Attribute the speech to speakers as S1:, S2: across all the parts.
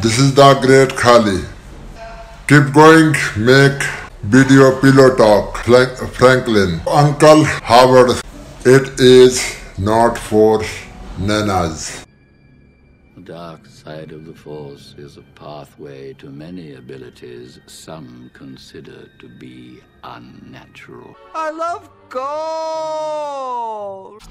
S1: This is the great Khali. Keep going, make video pillow talk. Frank- Franklin, Uncle Howard, it is not for nanas.
S2: The dark side of the Force is a pathway to many abilities some consider to be unnatural.
S3: I love gold.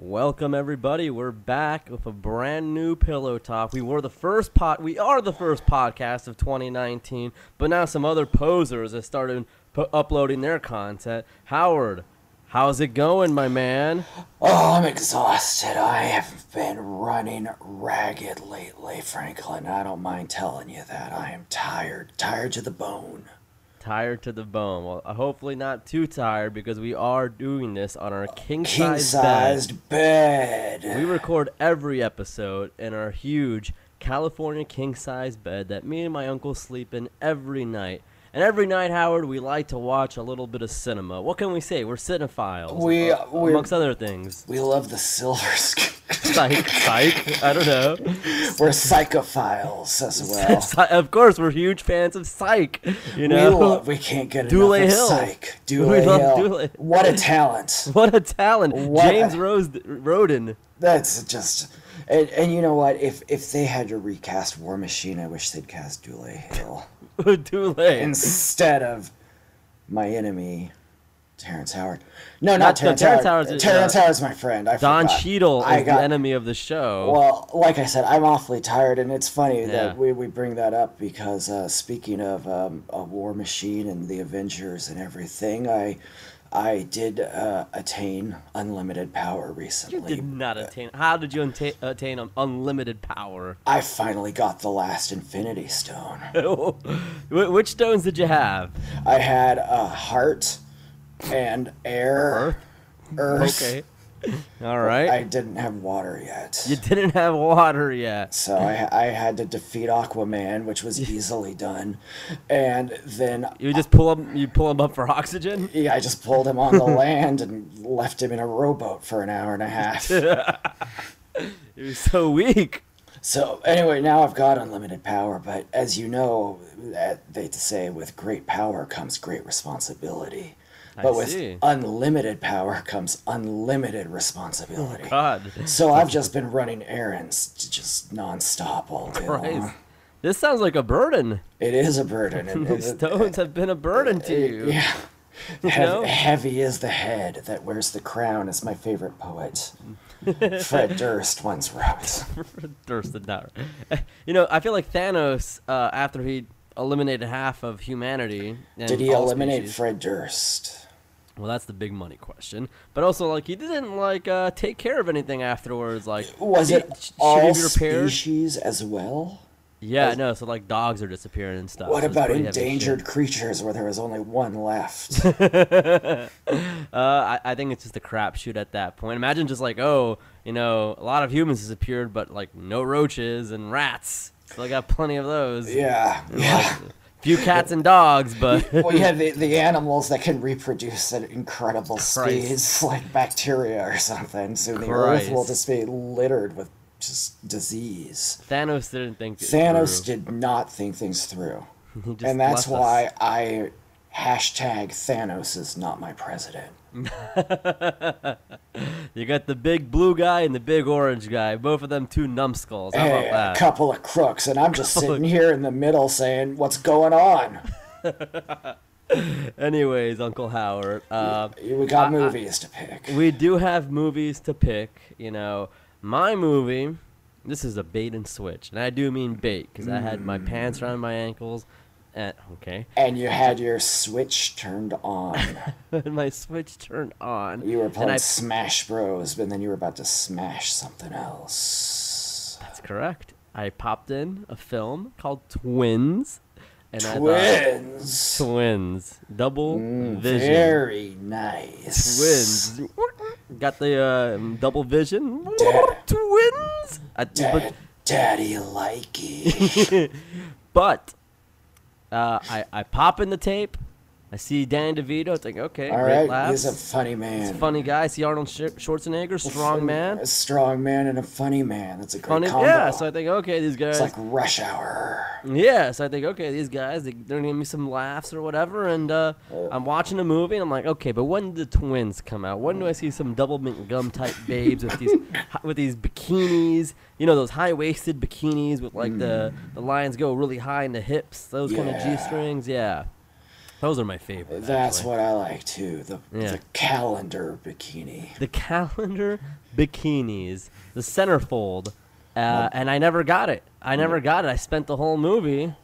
S4: Welcome everybody. We're back with a brand new pillow talk. We were the first pot. We are the first podcast of 2019. But now some other posers have started pu- uploading their content. Howard, how's it going, my man?
S5: Oh, I'm exhausted. I have been running ragged lately, Franklin. I don't mind telling you that. I am tired, tired to the bone.
S4: Tired to the bone. Well, uh, hopefully not too tired because we are doing this on our king
S5: King
S4: size bed.
S5: sized bed.
S4: We record every episode in our huge California king size bed that me and my uncle sleep in every night. And every night, Howard, we like to watch a little bit of cinema. What can we say? We're cinephiles.
S5: We-
S4: uh,
S5: we're-
S4: amongst other things.
S5: We love the silver skin.
S4: Psych, psych. I don't know.
S5: We're psychophiles as well.
S4: Psy- of course, we're huge fans of Psych. You
S5: We,
S4: know,
S5: love, we can't get
S4: Dooley
S5: enough of
S4: Hill.
S5: psych. Dooley
S4: love
S5: Hill.
S4: Dooley.
S5: What a talent.
S4: what a talent,
S5: What a-
S4: James Rose Roden.
S5: That's just. And, and you know what? If if they had to recast War Machine, I wish they'd cast Dooley Hill.
S4: Too late.
S5: instead of my enemy, Terrence Howard. No, not,
S4: Not- no,
S5: Terrence,
S4: Terrence
S5: Howard.
S4: Howard's-
S5: Terrence
S4: uh,
S5: Howard's my friend. I
S4: Don
S5: forgot.
S4: Cheadle
S5: I
S4: is
S5: got-
S4: the enemy of the show.
S5: Well, like I said, I'm awfully tired, and it's funny
S4: Yeah.
S5: that we, we bring that up because uh, speaking of um, a War Machine and the Avengers and everything, I I did uh, attain unlimited power recently.
S4: did not attain. How did you unta- attain un- unlimited power?
S5: I finally got the last Infinity Stone.
S4: Wh- Which stones did you have?
S5: I had a heart and air. Earth.
S4: Okay. All right.
S5: I didn't have water yet.
S4: you didn't have water yet.
S5: so I, I had to defeat Aquaman, which was easily done. And then
S4: You just pull up. You pull them up for oxygen.
S5: yeah, I just pulled him on the land and left him in a rowboat for an hour and a half.
S4: You're so weak.
S5: so anyway, now I've got unlimited power, but as you know, that they say with great power comes great responsibility. But with
S4: see.
S5: unlimited power comes unlimited responsibility.
S4: Oh, God.
S5: so I've just been running errands j- just nonstop all day
S4: Christ.
S5: long.
S4: This sounds like a burden.
S5: It is a burden. and-
S4: Those
S5: and-
S4: stones have been a burden to you.
S5: Yeah.
S4: know?
S5: Heav- Heavy is the head that wears the crown, is my favorite poet. Fred Durst once wrote.
S4: Durst did not. You know, I feel like Thanos, uh, after he eliminated half of humanity, and
S5: Did he
S4: all
S5: eliminate
S4: species-
S5: Fred Durst?
S4: Well, that's the big money question. But also, like, he didn't like uh, take care of anything afterwards. Like,
S5: Was
S4: he-
S5: it
S4: sh- should he
S5: all
S4: be repaired?
S5: species as well?
S4: Yeah, no. So like, dogs are disappearing and stuff.
S5: What
S4: so it's
S5: about
S4: Oh, pretty heavy
S5: endangered
S4: shit.
S5: creatures where there was only one left?
S4: Uh, I, I think it's just a crapshoot at that point. Imagine just like, oh, you know, a lot of humans disappeared, but like no roaches and rats. So I got plenty of those.
S5: yeah. yeah.
S4: Few cats and dogs, but
S5: Well, you have the, the animals that can reproduce at incredible
S4: Christ.
S5: speeds, like bacteria or something, so the
S4: Christ.
S5: earth will just be littered with just disease.
S4: Thanos didn't think. it
S5: Thanos
S4: through.
S5: did not think things through.
S4: He just
S5: and
S4: left us.
S5: that's why I hashtag Thanos is not my president.
S4: you got the big blue guy and the big orange guy. Both of them two numbskulls. How
S5: Hey,
S4: about that?
S5: a couple of crooks, and I'm just
S4: Couple of-
S5: sitting here in the middle saying, What's going on?
S4: Anyways, Uncle Howard. Uh,
S5: We got movies to pick.
S4: we do have movies to pick. You know, my movie. This is a bait and switch, and I do mean bait because I had my
S5: Mm.
S4: pants around my ankles. And, okay,
S5: And you had your switch turned on.
S4: and my switch turned on.
S5: You were
S4: and
S5: playing
S4: I-
S5: Smash Bros, but then you were about to smash something else.
S4: That's correct. I popped in a film called Twins, and I
S5: Twins! Mm,
S4: thought twins, double vision.
S5: Very nice.
S4: Twins. Got the uh, double vision.
S5: Dad.
S4: Twins. I, but
S5: Dad, Daddy likey.
S4: But uh, I, I pop in the tape. I see Dan DeVito. I think, okay,
S5: All
S4: great
S5: right,
S4: laughs.
S5: he's a funny man.
S4: He's a funny guy. I see Arnold Sch- Schwarzenegger, strong man.
S5: A strong man and a funny man. That's a great
S4: Funny,
S5: combo.
S4: yeah. So I think, okay, these guys.
S5: it's like rush hour.
S4: Yeah, so I think okay, these guys they, they're gonna give me some laughs or whatever, and uh,
S5: Oh.
S4: I'm watching a movie and I'm like, okay, but when do the twins come out? When do I see some double mint gum type babes with these hi- with these bikinis? You know those high waisted bikinis with like the the lines go really high in the hips, those kind of
S5: Mm. Yeah.
S4: g strings. Yeah, those are my favorite.
S5: That's
S4: actually.
S5: what I like too. The,
S4: Yeah.
S5: the calendar bikini.
S4: the calendar bikinis, the centerfold, uh, and I never got it. I never got it. I spent the whole movie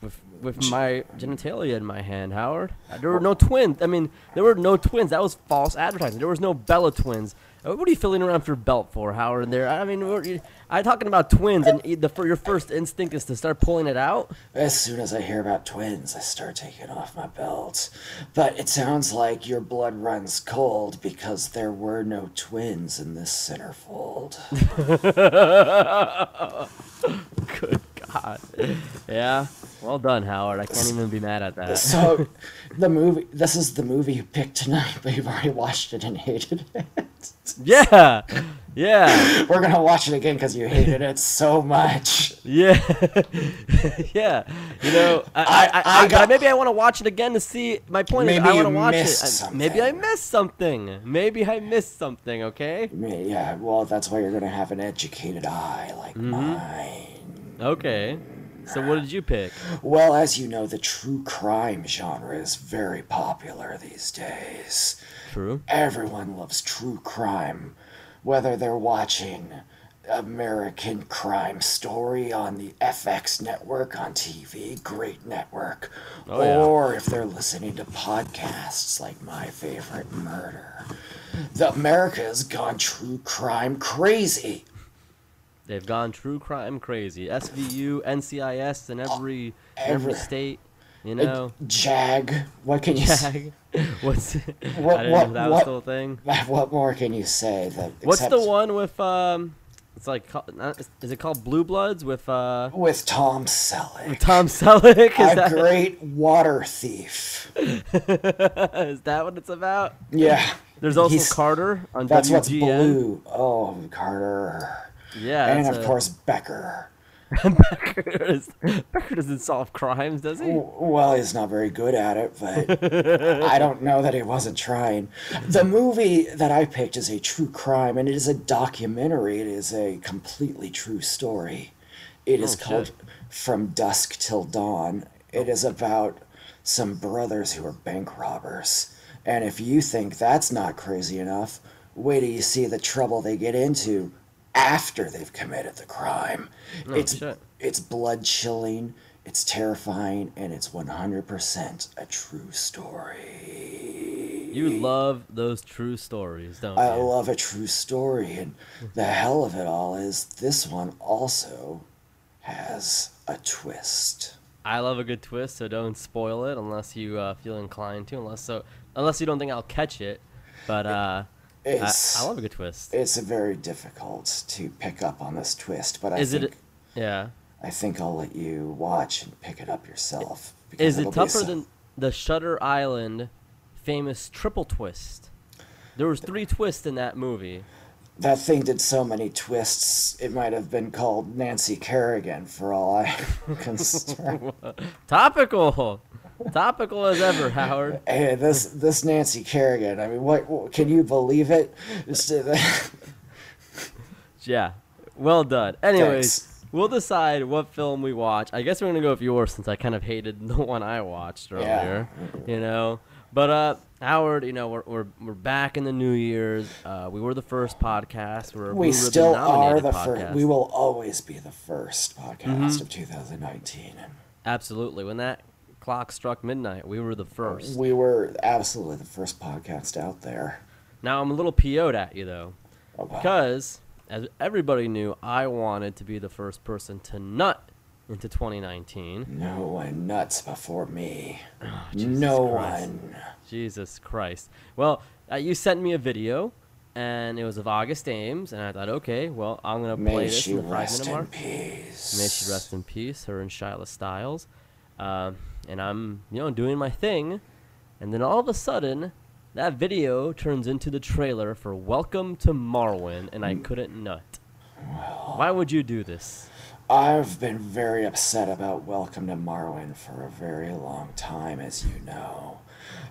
S4: with, with my genitalia in my hand, Howard. Uh, There were no twins. I mean, there were no twins. That was false advertising. There was no Bella twins. Uh, What are you filling around for belt for, Howard? There, I mean, what are you- I talking about twins, and e, the, for your first instinct is to start pulling it out.
S5: As soon as I hear about twins, I start taking off my belt. But it sounds like your blood runs cold because there were no twins in this centerfold.
S4: Good God. Yeah. Well done, Howard. I can't even be mad at that.
S5: so, the movie. This is the movie you picked tonight, but you've already watched it and hated it.
S4: Yeah. Yeah.
S5: We're gonna watch it again because you hated it so much.
S4: Yeah, yeah. You know, I, I,
S5: I-
S4: I,
S5: I got-
S4: maybe I want to watch it again to see. My point is,
S5: Maybe
S4: I
S5: you
S4: want to watch it.
S5: missed
S4: I- Maybe I
S5: something.
S4: missed something. Maybe I missed something. Okay.
S5: I mean, Yeah, well, that's why you're gonna have an educated eye like mine.
S4: Okay. So what did you pick?
S5: Well, as you know, the true crime genre is very popular these days.
S4: True.
S5: Everyone loves true crime, whether they're watching American Crime Story on the FX network on TV, great network,
S4: Oh, yeah.
S5: or if they're listening to podcasts like My Favorite Murder. The America's gone true crime crazy.
S4: They've gone true crime crazy. SVU, NCIS, in every in every
S5: Oh, every-
S4: state. You know.
S5: Jag, what can you say?
S4: What's?
S5: What-
S4: I didn't know
S5: what-
S4: that was
S5: what-
S4: still a thing.
S5: What more can you say? That
S4: What's the
S5: except-
S4: one with um? It's like ca- not- is it called Blue Bloods with uh?
S5: with Tom Selleck,
S4: Tom Selleck is
S5: a
S4: that
S5: great water thief.
S4: is that what it's about?
S5: Yeah,
S4: There's also
S5: He's-
S4: Carter on
S5: That's
S4: WGN.
S5: what's blue. Oh, Carter,
S4: Yeah,
S5: and
S4: that's
S5: of
S4: a-
S5: course Becker.
S4: Becker, is, Becker doesn't solve crimes, does he?
S5: W- Well, he's not very good at it, but I don't know that he wasn't trying. The movie that I picked is a true crime, and it is a documentary. It is a completely true story. It is called From Dusk Till Dawn. It is about some brothers who are bank robbers. And if you think that's not crazy enough, wait till you see the trouble they get into after they've committed the crime. it's
S4: Oh, shit.
S5: it's blood chilling, it's terrifying, and it's 100% a true story.
S4: You love those true stories, don't
S5: I
S4: you?
S5: love a true story, and the hell of it all is this one also has a twist.
S4: I love a good twist, so don't spoil it unless you uh, feel inclined to, unless so, unless you don't think I'll catch it. But uh, I,
S5: It's,
S4: I love a good twist.
S5: it's very difficult to pick up on this twist, but I
S4: Is
S5: think
S4: it? Yeah.
S5: I think I'll let you watch and pick it up yourself. because
S4: Is
S5: it'll
S4: it
S5: be
S4: tougher
S5: some-
S4: than the Shutter Island famous triple twist? There was three twists in that movie.
S5: that thing did so many twists? It might have been called Nancy Kerrigan for all I can.
S4: Topical, topical as ever, Howard.
S5: Hey, this this Nancy Kerrigan. I mean, what, what- can you believe it? Just, uh,
S4: Yeah. Well done. Anyways,
S5: Thanks.
S4: we'll decide what film we watch. I guess we're gonna go with yours since I kind of hated the one I watched earlier. You know. But uh Howard, you know, we're we're, we're back in the New Year's. Uh, we were the first podcast. We're a Blue
S5: we
S4: Ribbon
S5: still are
S4: nominated
S5: the
S4: podcast. Mm-hmm.
S5: first. We will always be the first podcast of 2019.
S4: Absolutely. When that clock struck midnight, we were the first.
S5: We were absolutely the first podcast out there.
S4: Now I'm a little PO'd at you though.
S5: Oh, wow.
S4: Because, as everybody knew, I wanted to be the first person to nut into 2019.
S5: No one nuts before me. no
S4: Oh, Christ.
S5: one.
S4: Jesus Christ. Well, uh, you sent me a video and it was of August Ames, and I thought, okay, well, I'm gonna play
S5: May
S4: this
S5: she
S4: in the five
S5: rest
S4: minute
S5: in
S4: mark.
S5: peace.
S4: May she rest in peace, her and Shyla Styles. Um, and I'm, you know, doing my thing. And then all of a sudden, that video turns into the trailer for Welcome to Marwin, and
S5: Mm.
S4: I couldn't nut. Why would you do this?
S5: I've been very upset about Welcome to Marwin for a very long time, as you know.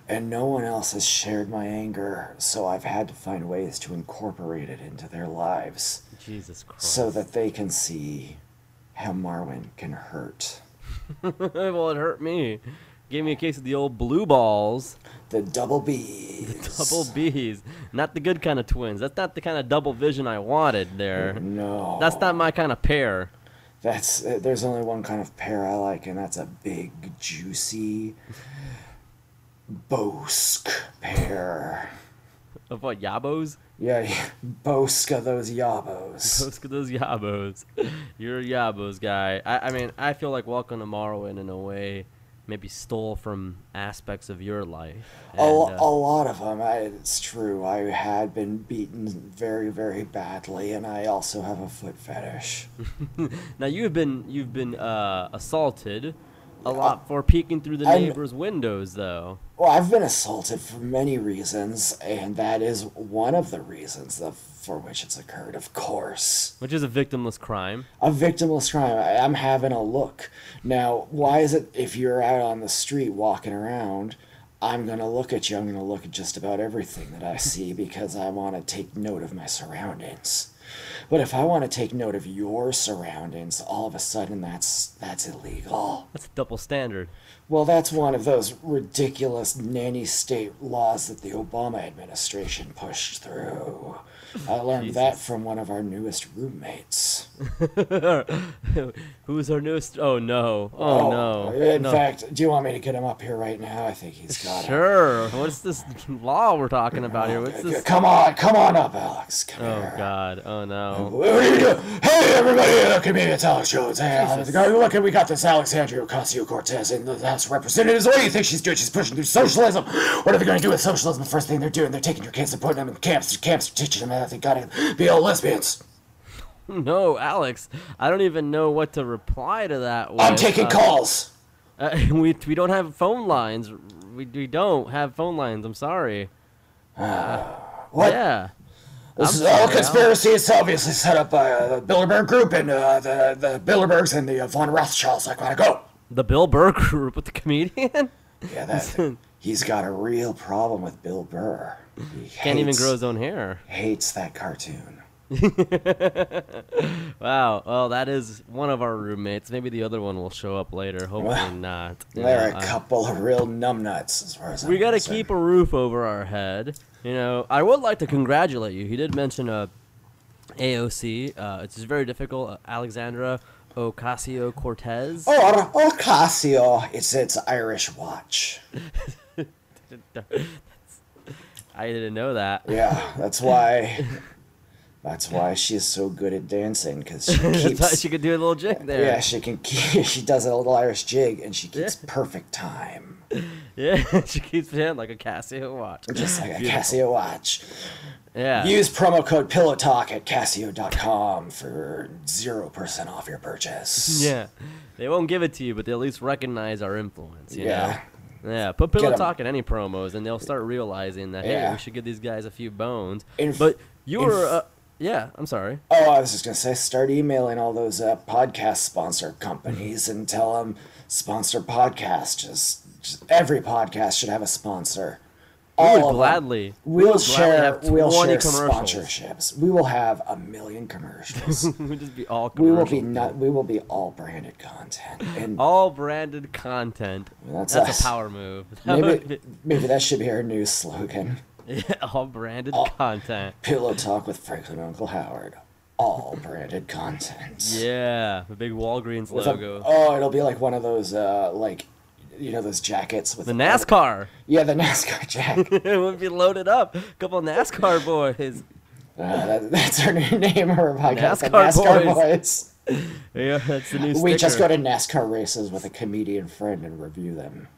S5: And no one else has shared my anger, so I've had to find ways to incorporate it into their lives
S4: Jesus Christ.
S5: so that they can see how Marwin can hurt.
S4: well, it hurt me. Gave me a case of the old blue balls,
S5: The double B.
S4: double B's. Not the good kind of twins. That's not the kind of double vision I wanted there.
S5: No.
S4: That's not my kind of pair.
S5: That's uh, there's only one kind of pear I like, and that's a big, juicy, bosk pear.
S4: Of what, Yabos?
S5: Yeah, yeah, bosk of those yabos.
S4: Let's get those Yabos. You're a Yabos guy. I, I mean, I feel like Welcome to Morrowind in a way maybe stole from aspects of your life.
S5: A, lo-
S4: And,
S5: a
S4: uh,
S5: lot of them. I, it's true. I had been beaten very, very badly, and I also have a foot fetish.
S4: now you've been you've been uh, assaulted a lot for peeking through the
S5: I'm-
S4: neighbors' windows, though.
S5: Well, I've been assaulted for many reasons, and that is one of the reasons the, for which it's occurred, of course.
S4: Which is a victimless crime.
S5: a victimless crime. I, I'm having a look. Now, why is it if you're out on the street walking around, I'm going to look at you? I'm going to look at just about everything that I see because I want to take note of my surroundings. But if I want to take note of your surroundings, all of a sudden that's that's illegal.
S4: That's a double standard.
S5: Well, that's one of those ridiculous nanny state laws that the Obama administration pushed through. I learned that from one of our newest roommates.
S4: Who's our newest? Oh no! Oh, no!
S5: In
S4: no.
S5: fact, do you want me to get him up here right now? I think he's got it.
S4: sure. What's this law we're talking about here? What's this?
S5: Come on, come on up, Alex. Come
S4: Oh
S5: here.
S4: god! Oh no!
S5: What are you doing? Hey, everybody! Look at me, it's Alex Jones. Hey, Alex. Look, we got this Alexandria Ocasio Cortez in the House of Representatives. What do you think she's doing? She's pushing through socialism. What are they going to do with socialism? The first thing they're doing, they're taking your kids and putting them in camps. Camps are teaching them that they got to be all lesbians.
S4: No, Alex! I don't even know what to reply to that.
S5: I'm
S4: with.
S5: taking
S4: Uh,
S5: calls.
S4: Uh, we we don't have phone lines. We we don't have phone lines. I'm sorry.
S5: What?
S4: Yeah.
S5: This is
S4: sorry,
S5: all
S4: Alan.
S5: conspiracy. It's obviously set up by uh, the Bilderberg Group and uh, the the Bilderbergs and the uh, von Rothschilds. I gotta go.
S4: The Bill Burr group with the comedian.
S5: Yeah, that he's got a real problem with Bill Burr. He
S4: Can't even
S5: hates-
S4: grow his own hair.
S5: Hates that cartoon.
S4: Wow. Well, that is one of our roommates. Maybe the other one will show up later.
S5: Well,
S4: Hopefully not. You
S5: They're
S4: know,
S5: a
S4: I-
S5: couple of real numbnuts, as far as
S4: we
S5: I'm
S4: gotta
S5: concerned.
S4: keep a roof over our head. You know, I would like to congratulate you. He did mention uh, AOC. Uh, it's just very difficult. Uh, Alexandra Ocasio Cortez.
S5: Or Ocasio. It's its Irish watch.
S4: I didn't know that.
S5: Yeah, that's why. That's why she's so good at dancing because she
S4: That's why
S5: keeps.
S4: she could do a little jig there.
S5: Yeah, she can. Keep, she does a little Irish jig, and she keeps perfect time,
S4: Yeah, she keeps it in like a Casio watch.
S5: just like a Casio watch.
S4: Yeah.
S5: Use promo code Pillow Talk at Casio.com for zero percent off your purchase.
S4: yeah. They won't give it to you, but they at least recognize our influence. You
S5: Yeah.
S4: Know? Yeah. Put pillow
S5: 'em.
S4: talk in any promos, and they'll start realizing that hey,
S5: Yeah.
S4: we should give these guys a few bones.
S5: Inf-
S4: but you
S5: inf-
S4: were, uh, yeah. I'm sorry.
S5: Oh, I was just gonna say, start emailing all those uh, podcast sponsor companies and tell them sponsor podcast. Just, just every podcast should have a sponsor.
S4: We
S5: All
S4: would
S5: of 'em.
S4: gladly.
S5: We'll
S4: would
S5: share.
S4: Gladly have
S5: we'll
S4: 20
S5: share
S4: commercials.
S5: sponsorships. We will have a million commercials.
S4: We'd just be all
S5: we
S4: commercial.
S5: will be not. We will be all branded content. And
S4: all branded content.
S5: That's
S4: That's
S5: us.
S4: a power move. That would
S5: maybe,
S4: be-
S5: maybe that should be our new slogan.
S4: yeah, all branded content.
S5: Pillow Talk with Franklin and Uncle Howard. All branded content.
S4: Yeah, the big Walgreens
S5: With a-
S4: logo.
S5: oh, it'll be like one of those, uh, like, you know, those jackets with
S4: the NASCAR.
S5: yeah, the NASCAR Uh, jacket.
S4: it would be loaded up. couple NASCAR boys.
S5: Uh, that, that's our new name of our podcast. the
S4: NASCAR
S5: NASCAR
S4: boys.
S5: boys.
S4: Yeah, that's the new
S5: We just go
S4: sticker.
S5: to NASCAR races with a comedian friend and review them.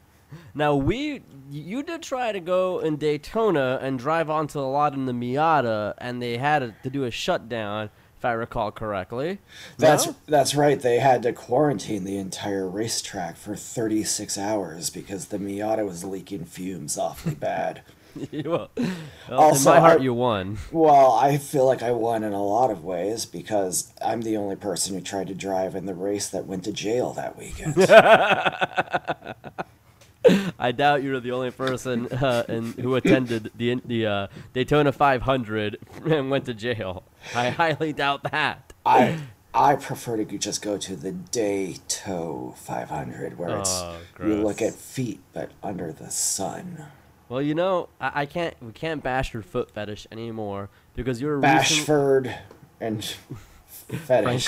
S4: Now we, you did try to go in Daytona and drive onto the lot in the Miata, and they had a, to do a shutdown, if I recall correctly.
S5: That's
S4: No?
S5: that's right. They had to quarantine the entire racetrack for 36 hours because the Miata was leaking fumes awfully bad.
S4: well, well,
S5: Also,
S4: in my heart,
S5: I-
S4: you won.
S5: well, I feel like I won in a lot of ways because I'm the only person who tried to drive in the race that went to jail that weekend.
S4: I doubt you're the only person uh, in, who attended the the uh, Daytona 500 and went to jail. I highly doubt that.
S5: I I prefer to go- just go to the Dayto 500 where it's
S4: Oh,
S5: you look
S4: gross.
S5: at feet but under the sun.
S4: Well, you know, I, I can't. We can't bash your foot fetish anymore because you're a recent-
S5: Bashford and fetish.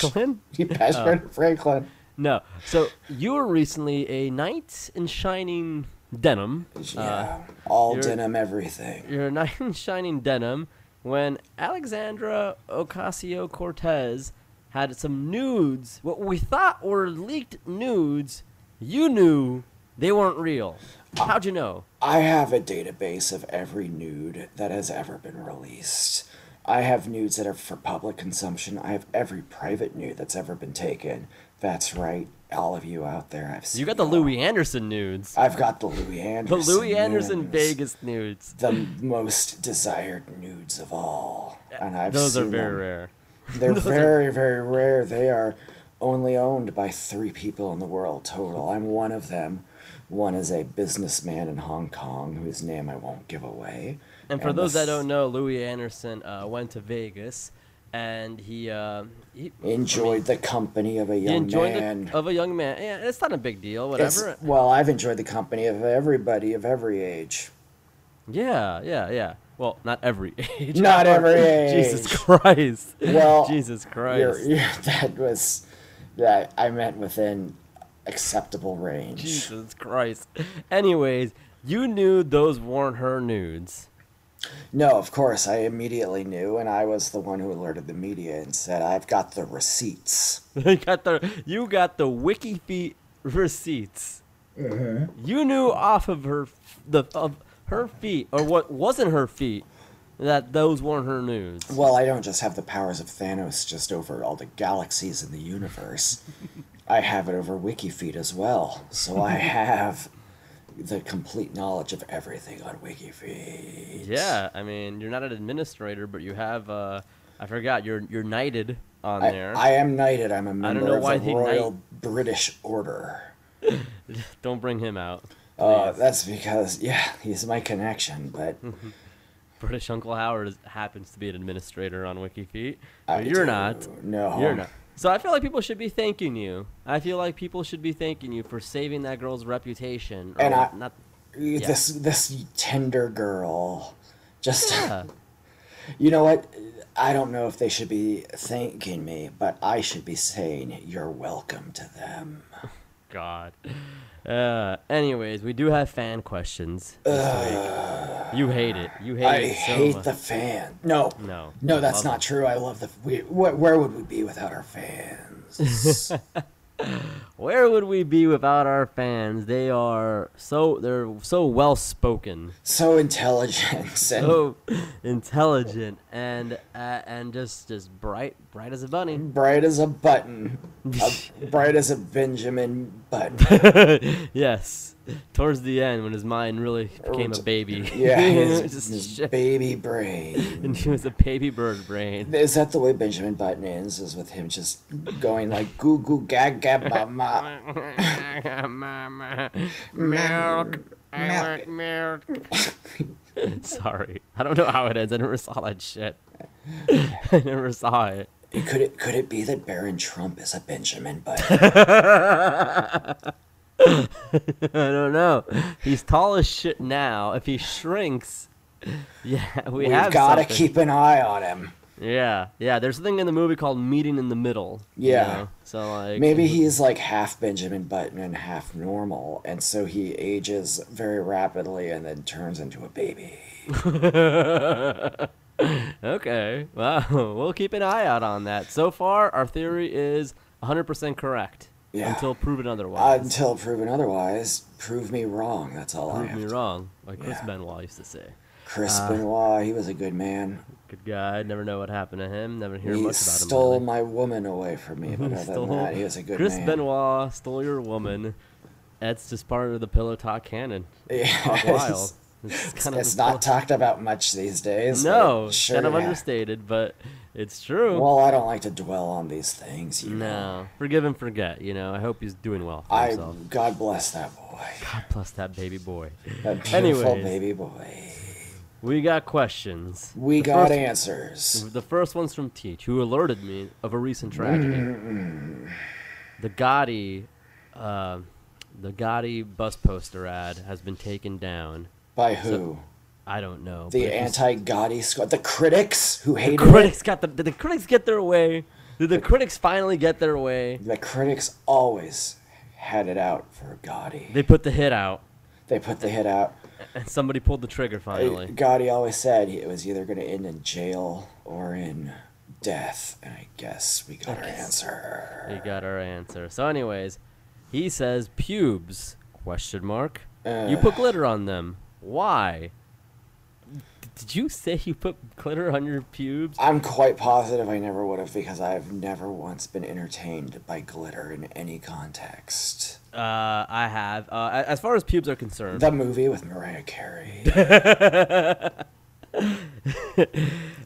S4: Franklin. Oh.
S5: Bashford and Franklin.
S4: No. So you were recently a knight in shining denim. uh,
S5: Yeah, all
S4: you're-
S5: denim, everything.
S4: You're a knight in shining denim when Alexandra Ocasio Cortez had some nudes, what we thought were leaked nudes. You knew they weren't real. How'd you know?
S5: I have a database of every nude that has ever been released. I have nudes that are for public consumption. I have every private nude that's ever been taken. That's right, all of you out there. I've seen
S4: You got the
S5: y'all.
S4: Louis Anderson nudes.
S5: I've got the Louis
S4: The
S5: Anderson.
S4: Louis Anderson
S5: nudes.
S4: Vegas nudes.
S5: The most desired nudes of all, and I've
S4: Those are
S5: seen
S4: very
S5: them.
S4: rare.
S5: They're very, very rare. They are only owned by three people in the world total. I'm one of them. One is a businessman in Hong Kong whose name I won't give away.
S4: And for those
S5: the
S4: that don't know, Louis Anderson uh, went to Vegas, and he, uh, he
S5: s- enjoyed the company of a
S4: He
S5: young
S4: enjoyed
S5: man.
S4: it of a young man. Yeah, it's not a big deal.
S5: It's-
S4: Whatever.
S5: well, I've enjoyed the company of everybody of every age.
S4: Yeah, yeah, yeah. Well, not every age.
S5: Not every
S4: Jesus
S5: age.
S4: Christ.
S5: Well,
S4: Jesus Christ.
S5: You're, you're, that was that I meant within acceptable range.
S4: Jesus Christ. Anyways, you knew those weren't her nudes.
S5: No, of course. I immediately knew, and I was the one who alerted the media and said, I've got the receipts.
S4: you got the you got the wiki feet receipts.
S5: Mm-hmm.
S4: You knew off of her f- the of her feet or what wasn't her feet that those weren't her nudes.
S5: Well, I don't just have the powers of Thanos just over all the galaxies in the universe, I have it over WikiFeed as well. So I have the complete knowledge of everything on WikiFeed.
S4: Yeah, I mean, you're not an administrator, but you have. Uh, I forgot you're you're knighted on
S5: I,
S4: there.
S5: I am knighted. I'm a
S4: don't
S5: member
S4: know
S5: of
S4: why
S5: the
S4: they
S5: Royal British Order.
S4: Don't bring him out.
S5: Uh,
S4: please.
S5: that's because, yeah, he's my connection, but
S4: Hmm. British Uncle Howard is, happens to be an administrator on WikiFeet.
S5: I
S4: But you're
S5: do-
S4: not.
S5: No,
S4: You're not. So I feel like people should be thanking you. I feel like people should be thanking you for saving that girl's reputation. or
S5: And I-
S4: not,
S5: this this tender girl just
S4: yeah.
S5: you know what i don't know if they should be thanking me but i should be saying you're welcome to them
S4: God. Uh, anyways, we do have fan questions. this week. You hate it. You hate
S5: i
S4: it so
S5: hate
S4: much.
S5: the fan no
S4: No, I
S5: no that's
S4: love
S5: not true i love the we, wh- where would we be without our fans
S4: Where would we be without our fans? They are so they're so well spoken,
S5: so intelligent and
S4: so intelligent, and uh, and just just bright bright as a bunny.
S5: bright as a button A- bright as a benjamin button
S4: yes, towards the end when his mind really became a baby.
S5: yeah his,
S4: Just
S5: his
S4: shit.
S5: baby brain
S4: and he was a baby bird brain.
S5: Is that the way Benjamin Button ends? Is with him just going like goo goo gag gag mama?
S4: Mama.
S5: Milk.
S4: Sorry, I don't know how it ends. I never saw that shit. I never saw it.
S5: Could it could it be that Baron Trump is a Benjamin Button?
S4: I don't know. He's tall as shit now. If he shrinks, yeah, we
S5: We've
S4: have
S5: gotta
S4: something.
S5: keep an eye on him.
S4: Yeah, yeah. There's a thing in the movie called Meeting in the Middle. you
S5: Yeah.
S4: know? So like
S5: Maybe he's like half Benjamin Button and half normal, and so he ages very rapidly and then turns into a baby.
S4: Okay. Wow. We'll keep an eye out on that. So far, our theory is 100% correct.
S5: Yeah.
S4: until proven otherwise.
S5: Until proven otherwise, prove me wrong. That's all I
S4: Prove
S5: have.
S4: me
S5: to-
S4: wrong, Uh, like Chris
S5: Yeah.
S4: Benoit used to say.
S5: Chris Benoit, he was a good man.
S4: Good guy. Never know what happened to him. Never hear
S5: He
S4: much about him.
S5: stole
S4: really.
S5: my woman away from me, but other
S4: Stole-
S5: than that, he was a good
S4: Chris
S5: man.
S4: Benoit stole your woman. That's just part of the pillow talk canon. Talk
S5: Yeah,
S4: wild.
S5: it's,
S4: It's, kind of
S5: it's
S4: the
S5: not
S4: pillow-
S5: talked about much these days. but
S4: No,
S5: it
S4: it's
S5: sure
S4: kind of
S5: ha-
S4: understated, but it's true.
S5: Well, I don't like to dwell on these things. You know.
S4: no, forgive and forget. You know, I hope he's doing well for
S5: I
S4: himself.
S5: God bless that boy,
S4: Plus that baby boy.
S5: that beautiful
S4: Anyways.
S5: baby boy.
S4: We got questions.
S5: We
S4: The
S5: got
S4: first- Mm-hmm.
S5: answers.
S4: The first one's from Teach, who alerted me of a recent tragedy.
S5: Mm-hmm.
S4: the Gotti, uh, the Gotti bus poster ad has been taken down.
S5: By who?
S4: I don't know. but
S5: The
S4: it was-
S5: anti-Gotti squad. The critics who hated it.
S4: critics got the did the critics get their way? Did the critics finally get their way?
S5: The critics always had it out for Gotti.
S4: They put the hit out,
S5: They put the hit out.
S4: and somebody pulled the trigger finally.
S5: Gotti always said it was either going to end in jail or in death, and I guess we got our answer.
S4: We got our answer. So, anyways, he says pubes question mark.
S5: Uh.
S4: you put glitter on them. Why? D- Did you say you put glitter on your pubes?
S5: I'm quite positive I never would have because I've never once been entertained by glitter in any context.
S4: Uh, I have. Uh, a- as far as pubes are concerned,
S5: The movie with Mariah Carey.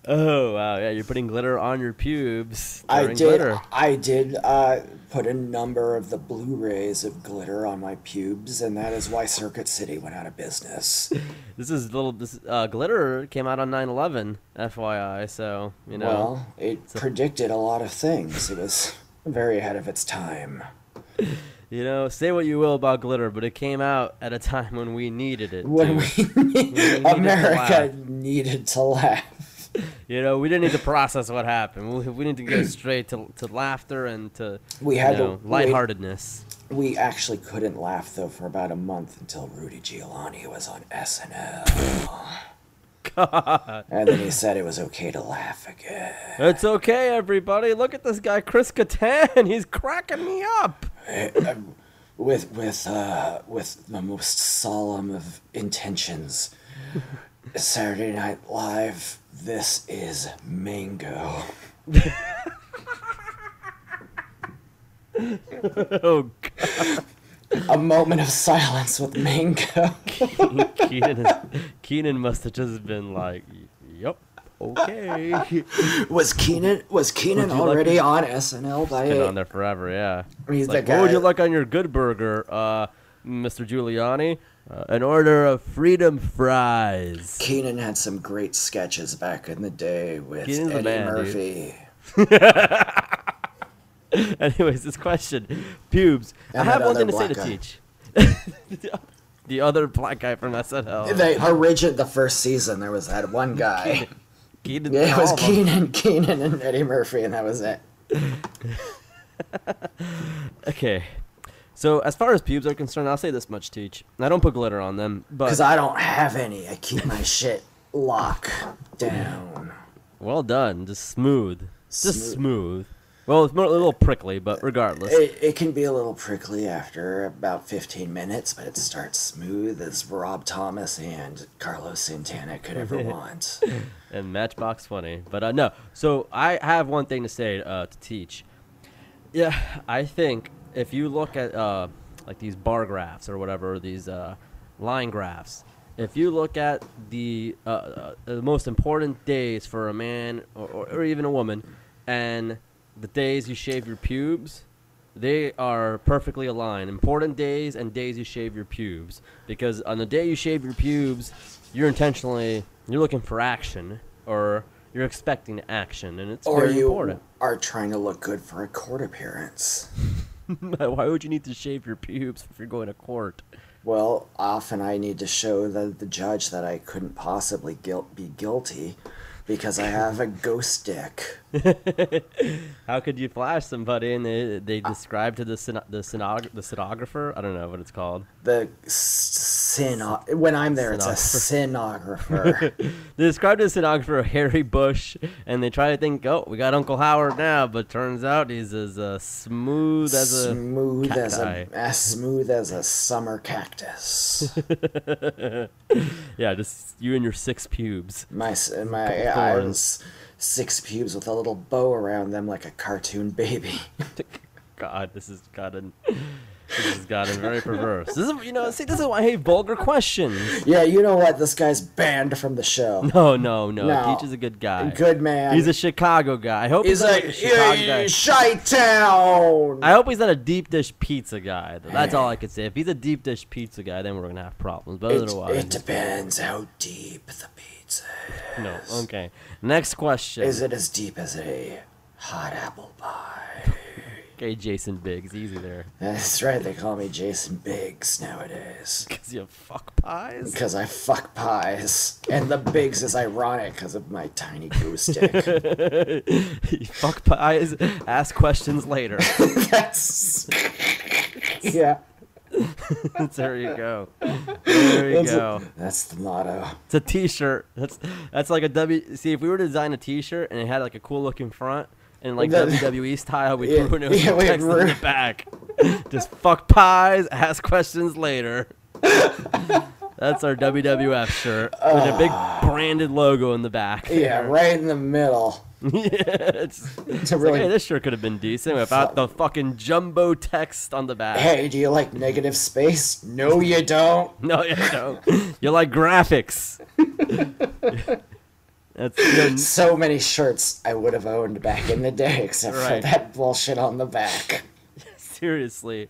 S4: oh wow, yeah, you're putting glitter on your pubes.
S5: I
S4: during
S5: did.
S4: Glitter.
S5: I did uh, put a number of the Blu-rays of glitter on my pubes, and that is why Circuit City went out of business.
S4: This is little. This uh, glitter came out on 9/11, FYI. So you know.
S5: Well, it predicted a lot of things. It was very ahead of its time.
S4: You know, say what you will about glitter, but it came out at a time when we needed it.
S5: When
S4: to.
S5: we,
S4: needed to
S5: America
S4: laugh.
S5: needed to laugh.
S4: You know, we didn't need to process what happened. We, we need to go straight to, to laughter and to
S5: We
S4: you
S5: had to
S4: know,
S5: wait.
S4: lightheartedness.
S5: We actually couldn't laugh though for about a month until Rudy Giuliani was on SNL. God. And then he said it was okay to laugh again.
S4: It's okay, everybody. Look at this guy, Chris Kattan. He's cracking me up.
S5: with with uh, with the most solemn of intentions. Saturday Night Live. This is Mango.
S4: Oh,
S5: A moment of silence with Mango.
S4: God. Keenan, is, Keenan must have just been like, "Yep, okay."
S5: Was Keenan was Keenan
S4: you like
S5: already
S4: to-
S5: on SNL by
S4: Been on there forever, yeah.
S5: He's
S4: Like,
S5: the
S4: what would you
S5: guy-
S4: like on your good burger, uh, Mr. Giuliani? Uh, an order of freedom fries.
S5: Keenan had some great sketches back in the day with
S4: Keenan's the
S5: Eddie
S4: man, dude.
S5: Murphy.
S4: Anyways, this question, pubes.
S5: And
S4: I have
S5: that
S4: one thing
S5: other
S4: to say to
S5: black guy.
S4: teach. the other black guy from SNL.
S5: They origin the first season there was that one guy.
S4: Keenan,
S5: Yeah, it was
S4: all of them.
S5: Keenan, Keenan and Eddie Murphy and that was it.
S4: Okay. So as far as pubes are concerned, I'll say this much, teach. I don't put glitter on them, but
S5: Because I don't have any. I keep my shit lock down.
S4: well done, just smooth, just
S5: Smooth.
S4: smooth. Well, it's more a little prickly, but regardless.
S5: It, it can be a little prickly after about 15 minutes, but it starts smooth as Rob Thomas and Carlos Santana could ever want.
S4: and Matchbox Twenty. But uh, no, so I have one thing to say uh, to teach. Yeah, I think if you look at uh, like these bar graphs or whatever, these uh, line graphs, if you look at the, uh, uh, the most important days for a man or, or, or even a woman, and the days you shave your pubes, they are perfectly aligned. Important days and days you shave your pubes. Because on the day you shave your pubes, you're intentionally you're looking for action or you're expecting action and it's
S5: Or
S4: very
S5: you
S4: important.
S5: are trying to look good for a court appearance.
S4: Why would you need to shave your pubes if you're going to court?
S5: Well, often I need to show the, the judge that I couldn't possibly guilt, be guilty because I have a ghost dick.
S4: How could you flash somebody and they, they describe to the sino- the, sino- the stenographer? I don't know what it's called.
S5: The s- sin. When I'm there, it's a sinographer.
S4: They described as stenographer Harry Bush, and they try to think, oh, we got Uncle Howard now, but turns out he's as uh, smooth as a
S5: smooth as a
S4: cacti.
S5: as smooth as a summer cactus.
S4: yeah, just you and your six pubes.
S5: My s- my arms, six pubes with a little bow around them like a cartoon baby.
S4: God, this has gotten this has gotten very perverse. This is you know, see, this is why I hate vulgar questions.
S5: Yeah, you know what? This guy's banned from the show.
S4: No, no, no.
S5: No.
S4: Peach is a good guy.
S5: Good man.
S4: He's a Chicago guy. I hope he's,
S5: He's
S4: not like, a
S5: like,
S4: Chicago guy.
S5: shy town.
S4: I hope he's not a deep dish pizza guy. Though. That's all I could say. If he's a deep dish pizza guy, then we're gonna have problems. But
S5: It,
S4: otherwise,
S5: it depends how deep the pizza.
S4: no. Okay. Next question.
S5: Is it as deep as a hot apple pie?
S4: Okay, Jason Biggs, easy there.
S5: That's right. They call me Jason Biggs nowadays.
S4: Cause you fuck pies.
S5: Because I fuck pies. And the Biggs is ironic because of my tiny goose stick.
S4: You fuck pies. Ask questions later.
S5: That's. Yeah.
S4: there you go. There you
S5: That's,
S4: go.
S5: that's the motto.
S4: It's a T-shirt. That's that's like a W. See, if we were to design a T-shirt and it had like a cool looking front and like
S5: That-
S4: WWE style, we'd
S5: Yeah,
S4: ruin it with
S5: yeah,
S4: the
S5: we'd
S4: text in
S5: ruin-
S4: the back. Just fuck pies. Ask questions later. that's our WWF shirt with a big branded logo in the back.
S5: Ah. Yeah,
S4: there.
S5: right in the middle.
S4: it's, it's like,
S5: really-
S4: hey, this shirt could have been decent without the fucking jumbo text on the back.
S5: Hey, do you like negative space? No, you don't.
S4: No, you don't. you like graphics. That's you know,
S5: So many shirts I would have owned back in the day, except
S4: Right.
S5: for that bullshit on the back.
S4: seriously.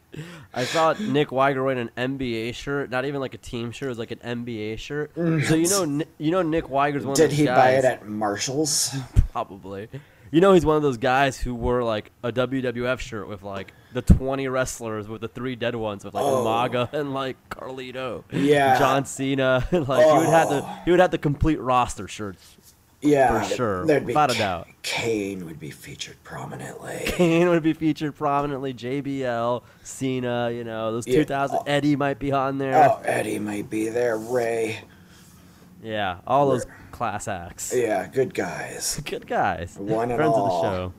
S4: I thought Nick Weiger wearing an NBA shirt, not even like a team shirt, it was like an NBA shirt. So you know, Ni- you know, Nick Weiger's one
S5: Did
S4: of those
S5: he
S4: guys.
S5: buy it at Marshalls?
S4: probably. You know, he's one of those guys who wore like a WWF shirt with like the 20 wrestlers with the three dead ones with like Umaga and like Carlito, and
S5: Oh. Yeah.
S4: John Cena. and, like he would have the he would have the complete roster shirts.
S5: Yeah,
S4: For
S5: th-
S4: sure,
S5: there'd be
S4: without a
S5: Ca-
S4: doubt.
S5: Kane would be featured prominently.
S4: Kane would be featured prominently. JBL, Cena, you know, those
S5: Yeah.
S4: 2000 Eddie might be on there.
S5: Oh, Eddie might be there. Ray.
S4: Yeah, all those class acts.
S5: Yeah, good guys.
S4: Good guys.
S5: One and
S4: Friends
S5: all.
S4: of the show.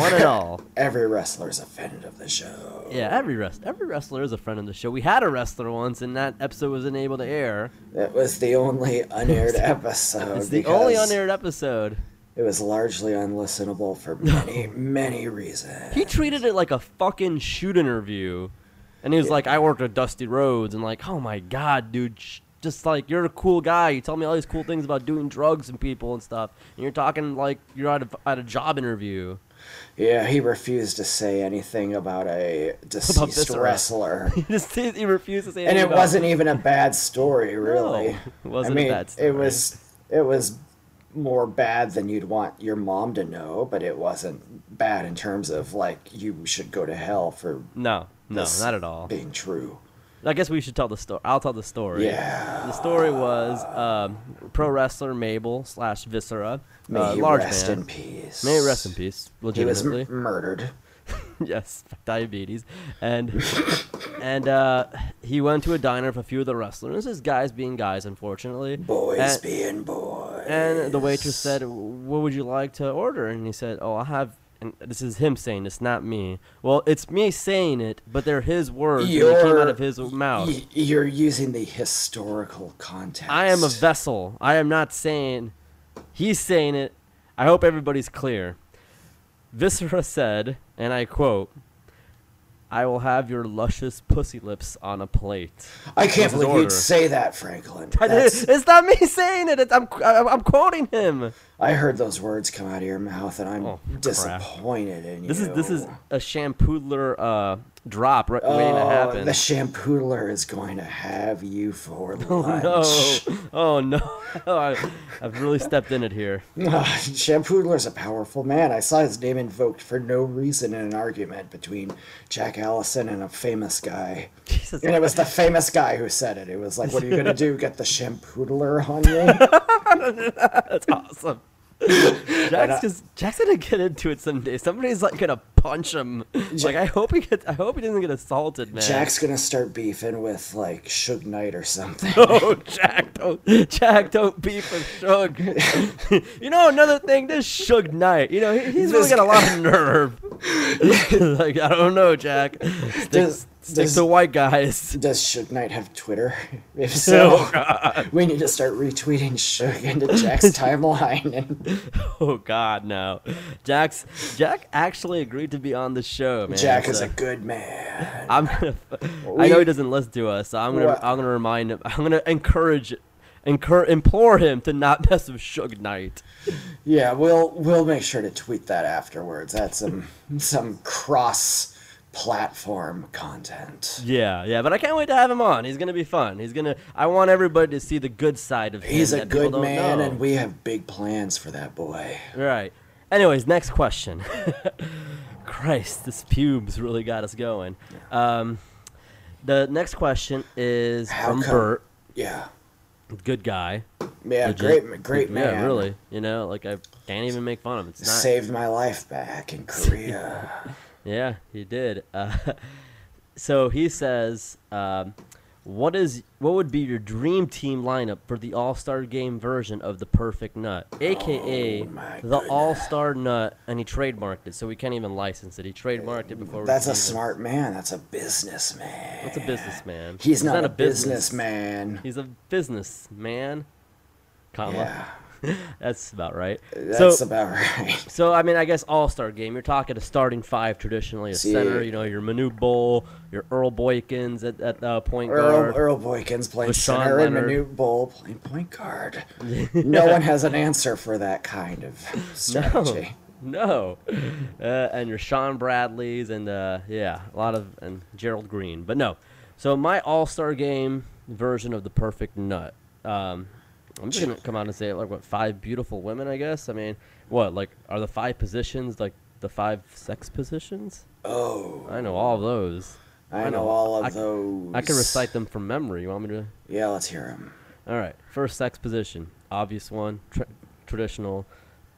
S4: One and all.
S5: Every wrestler's a friend of the show.
S4: Yeah, every rest every wrestler is a friend of the show. We had a wrestler once, and that episode wasn't able to air.
S5: That was the only unaired episode.
S4: It's the only
S5: because
S4: unaired episode.
S5: It was largely unlistenable for many, many reasons.
S4: He treated it like a fucking shoot interview, and he was like, "I worked with Dusty Rhodes," and like, "Oh my god, dude." sh- Just like you're a cool guy, you tell me all these cool things about doing drugs and people and stuff, and you're talking like you're at a, at a job interview.
S5: Yeah, he refused to say anything about a deceased
S4: viscera.
S5: wrestler.
S4: He just he refused to say.
S5: and
S4: anything
S5: it
S4: about-
S5: wasn't even a bad story, really.
S4: it wasn't a
S5: I mean,
S4: bad
S5: It
S4: story.
S5: was it was more bad than you'd want your mom to know, but it wasn't bad in terms of like you should go to hell for
S4: No, no,
S5: this
S4: not at all.
S5: being true.
S4: I guess we should tell the story. I'll tell the story.
S5: Yeah.
S4: The story was um, pro wrestler Mabel slash Viscera,
S5: May
S4: uh,
S5: he
S4: large
S5: rest
S4: man.
S5: in peace.
S4: May he rest in peace.
S5: He was
S4: Legitimately,
S5: m- murdered.
S4: yes, diabetes, and and uh, he went to a diner with a few of the wrestlers. This is guys being guys, unfortunately.
S5: Boys
S4: and,
S5: being boys.
S4: and the waitress said, "What would you like to order?" And he said, "Oh, I'll have." And this is him saying this, not me. Well, it's me saying it, but they're his words. and they came out
S5: You're-
S4: of his mouth.
S5: Y- you're using the historical context.
S4: I am a vessel. I am not saying. He's saying it. I hope everybody's clear. Viscera said, and I quote, I will have your luscious pussy lips on a plate.
S5: I
S4: his
S5: can't believe
S4: order.
S5: you'd say that, Franklin.
S4: I did-
S5: That's-
S4: It's not me saying it. It's, I'm, I'm I'm quoting him.
S5: I heard those words come out of your mouth, and I'm
S4: Oh, crap.
S5: disappointed in you.
S4: This is this is a shampoodler uh, drop right, waiting to
S5: Oh,
S4: happen.
S5: The shampoodler is going to have you for lunch.
S4: no. Oh, no. I, I've really stepped in it here.
S5: Ah, Shampoodler's a powerful man. I saw his name invoked for no reason in an argument between Jack Allison and a famous guy.
S4: Jesus.
S5: And it was the famous guy who said it. It was like, what are you going to do? Get the shampoodler on you?
S4: That's awesome. Jack's, just, Jack's gonna get into it someday. Somebody's like gonna punch him. Like I hope he gets. I hope he doesn't get assaulted, man.
S5: Jack's gonna start beefing with like Suge Knight or something.
S4: Oh, Jack, don't, Jack, don't beef with Suge. you know, another thing, this Suge Knight, you know, he, he's really
S5: This
S4: got a lot of nerve. like, I don't know, Jack. Stick,
S5: Does-
S4: stick
S5: does-
S4: to white guys.
S5: Does Suge Knight have Twitter? If
S4: Oh,
S5: so, we need to start retweeting Suge into Jack's timeline. And
S4: Oh, God, no. Jack's Jack actually agreed to be on the show, man.
S5: Jack is
S4: so
S5: a good man.
S4: I'm gonna, I know he doesn't listen to us, so I'm gonna,
S5: What?
S4: I'm gonna remind him. I'm gonna encourage, incur, implore him to not mess with Suge Knight.
S5: Yeah, we'll we'll make sure to tweet that afterwards. That's some some cross platform content.
S4: Yeah, yeah, but I can't wait to have him on. He's gonna be fun. He's gonna. I want everybody to see the good side of him.
S5: He's a
S4: that people
S5: good
S4: don't
S5: man,
S4: know.
S5: and we have big plans for that boy.
S4: right. Anyways, next question. Christ, this pubes really got us going. Um, the next question is
S5: How
S4: from
S5: come-
S4: Bert.
S5: Yeah,
S4: Good guy.
S5: yeah,
S4: Legit.
S5: great, great
S4: yeah,
S5: man.
S4: really. You know, like I can't even make fun of him. It's not.
S5: saved my life back in Korea.
S4: Yeah, he did. Uh, so he says, um, "What is what would be your dream team lineup for the All Star Game version of the Perfect Nut, aka
S5: Oh my
S4: the All Star Nut?" And he trademarked it, so we can't even license it. He trademarked it before. we
S5: That's
S4: could
S5: a
S4: even-
S5: smart man. That's a businessman.
S4: That's a businessman.
S5: He's not, a businessman.
S4: He's a businessman. Comma.
S5: Yeah,
S4: That's about right.
S5: that's
S4: Uh-huh. so,
S5: about right.
S4: So I mean, I guess All Star game. You're talking a starting five traditionally, a
S5: See.
S4: center. You know, your Manu Bowl, your Earl Boykins at at uh, point guard.
S5: Earl, Earl Boykins playing
S4: LaShawn
S5: center and
S4: Leonard.
S5: Manute Bowl playing point guard. no one has an answer for that kind of strategy.
S4: No, uh, and your Sean Bradleys and uh, yeah, a lot of and Gerald Green. But no, so my All Star game version of the perfect nut. Um, I'm just gonna come out and say like what five beautiful women, I guess. I mean, what like are the five positions like the five sex positions?
S5: Oh,
S4: I know all of those.
S5: I, know, all of
S4: I-
S5: those.
S4: I can recite them from memory. You want me to?
S5: Yeah, let's hear them.
S4: All right. First sex position, obvious one, tra- traditional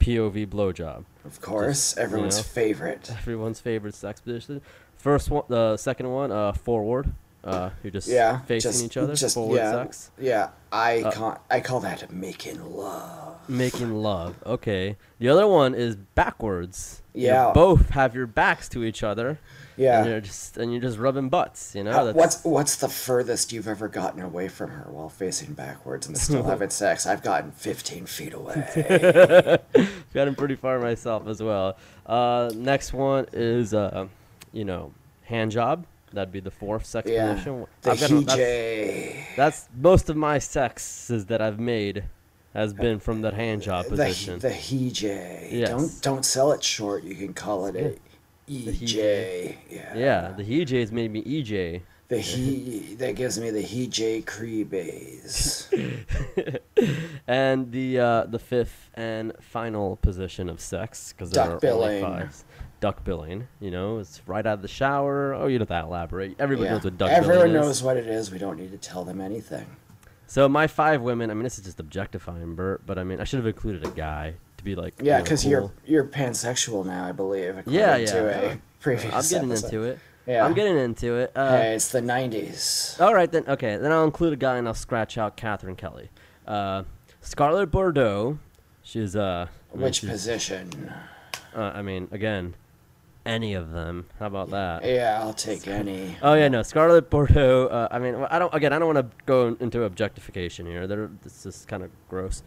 S4: POV blowjob.
S5: Of course, everyone's
S4: know.
S5: favorite.
S4: Everyone's favorite sex position. First one, the second one, uh, forward. Uh, you're just
S5: Yeah,
S4: facing
S5: just-
S4: each other.
S5: Just
S4: forward Uh,
S5: yeah,
S4: sex,
S5: yeah. I con- I call that making love.
S4: making love. Okay. The other one is backwards. You
S5: Yeah.
S4: both have your backs to each other.
S5: Yeah.
S4: And you're just and you're just rubbing butts. You know.
S5: How-
S4: That's-
S5: what's what's the furthest you've ever gotten away from her while facing backwards and still having sex? I've gotten 15 feet away.
S4: gotten pretty far myself as well. Uh, next one is, uh, you know, hand job. That'd be the fourth sex
S5: Yeah,
S4: position.
S5: the
S4: I've gotten- that's,
S5: hijay.
S4: that's most of my sexes that I've made has been from that hand job
S5: The
S4: position.
S5: the hijay.
S4: Yes.
S5: Don't don't sell it short. You can call it a EJ. Yeah.
S4: yeah, the EJ's made me E EJ.
S5: The he that gives me the hijay creebays.
S4: And the uh, the fifth and final position of sex because there
S5: Duck
S4: are
S5: billing.
S4: only fives. Duck billing, you know, it's right out of the shower. Oh, you don't have to elaborate. Everybody
S5: Yeah.
S4: knows what duck
S5: Everyone
S4: billing is.
S5: knows what it is. We don't need to tell them anything.
S4: So my five women. I mean, this is just objectifying Bert, but I mean, I should have included a guy to be like.
S5: Yeah,
S4: you know,
S5: because
S4: cool.
S5: you're you're pansexual now, I believe. according
S4: Yeah,
S5: To
S4: yeah.
S5: a previous
S4: I'm getting
S5: episode.
S4: into it.
S5: Yeah.
S4: I'm getting into it. Uh,
S5: Hey, it's the '90s.
S4: All right then. Okay, then I'll include a guy and I'll scratch out Catherine Kelly. Uh, Scarlett Bordeaux. She's uh. I mean,
S5: Which
S4: she's-
S5: position?
S4: uh, I mean, again, any of them. How about that?
S5: Yeah, I'll take any.
S4: Oh yeah, no, Scarlet Bordeaux. Uh, I mean, I don't. Again, I don't want to go in- into objectification here. They're, this is kind of gross.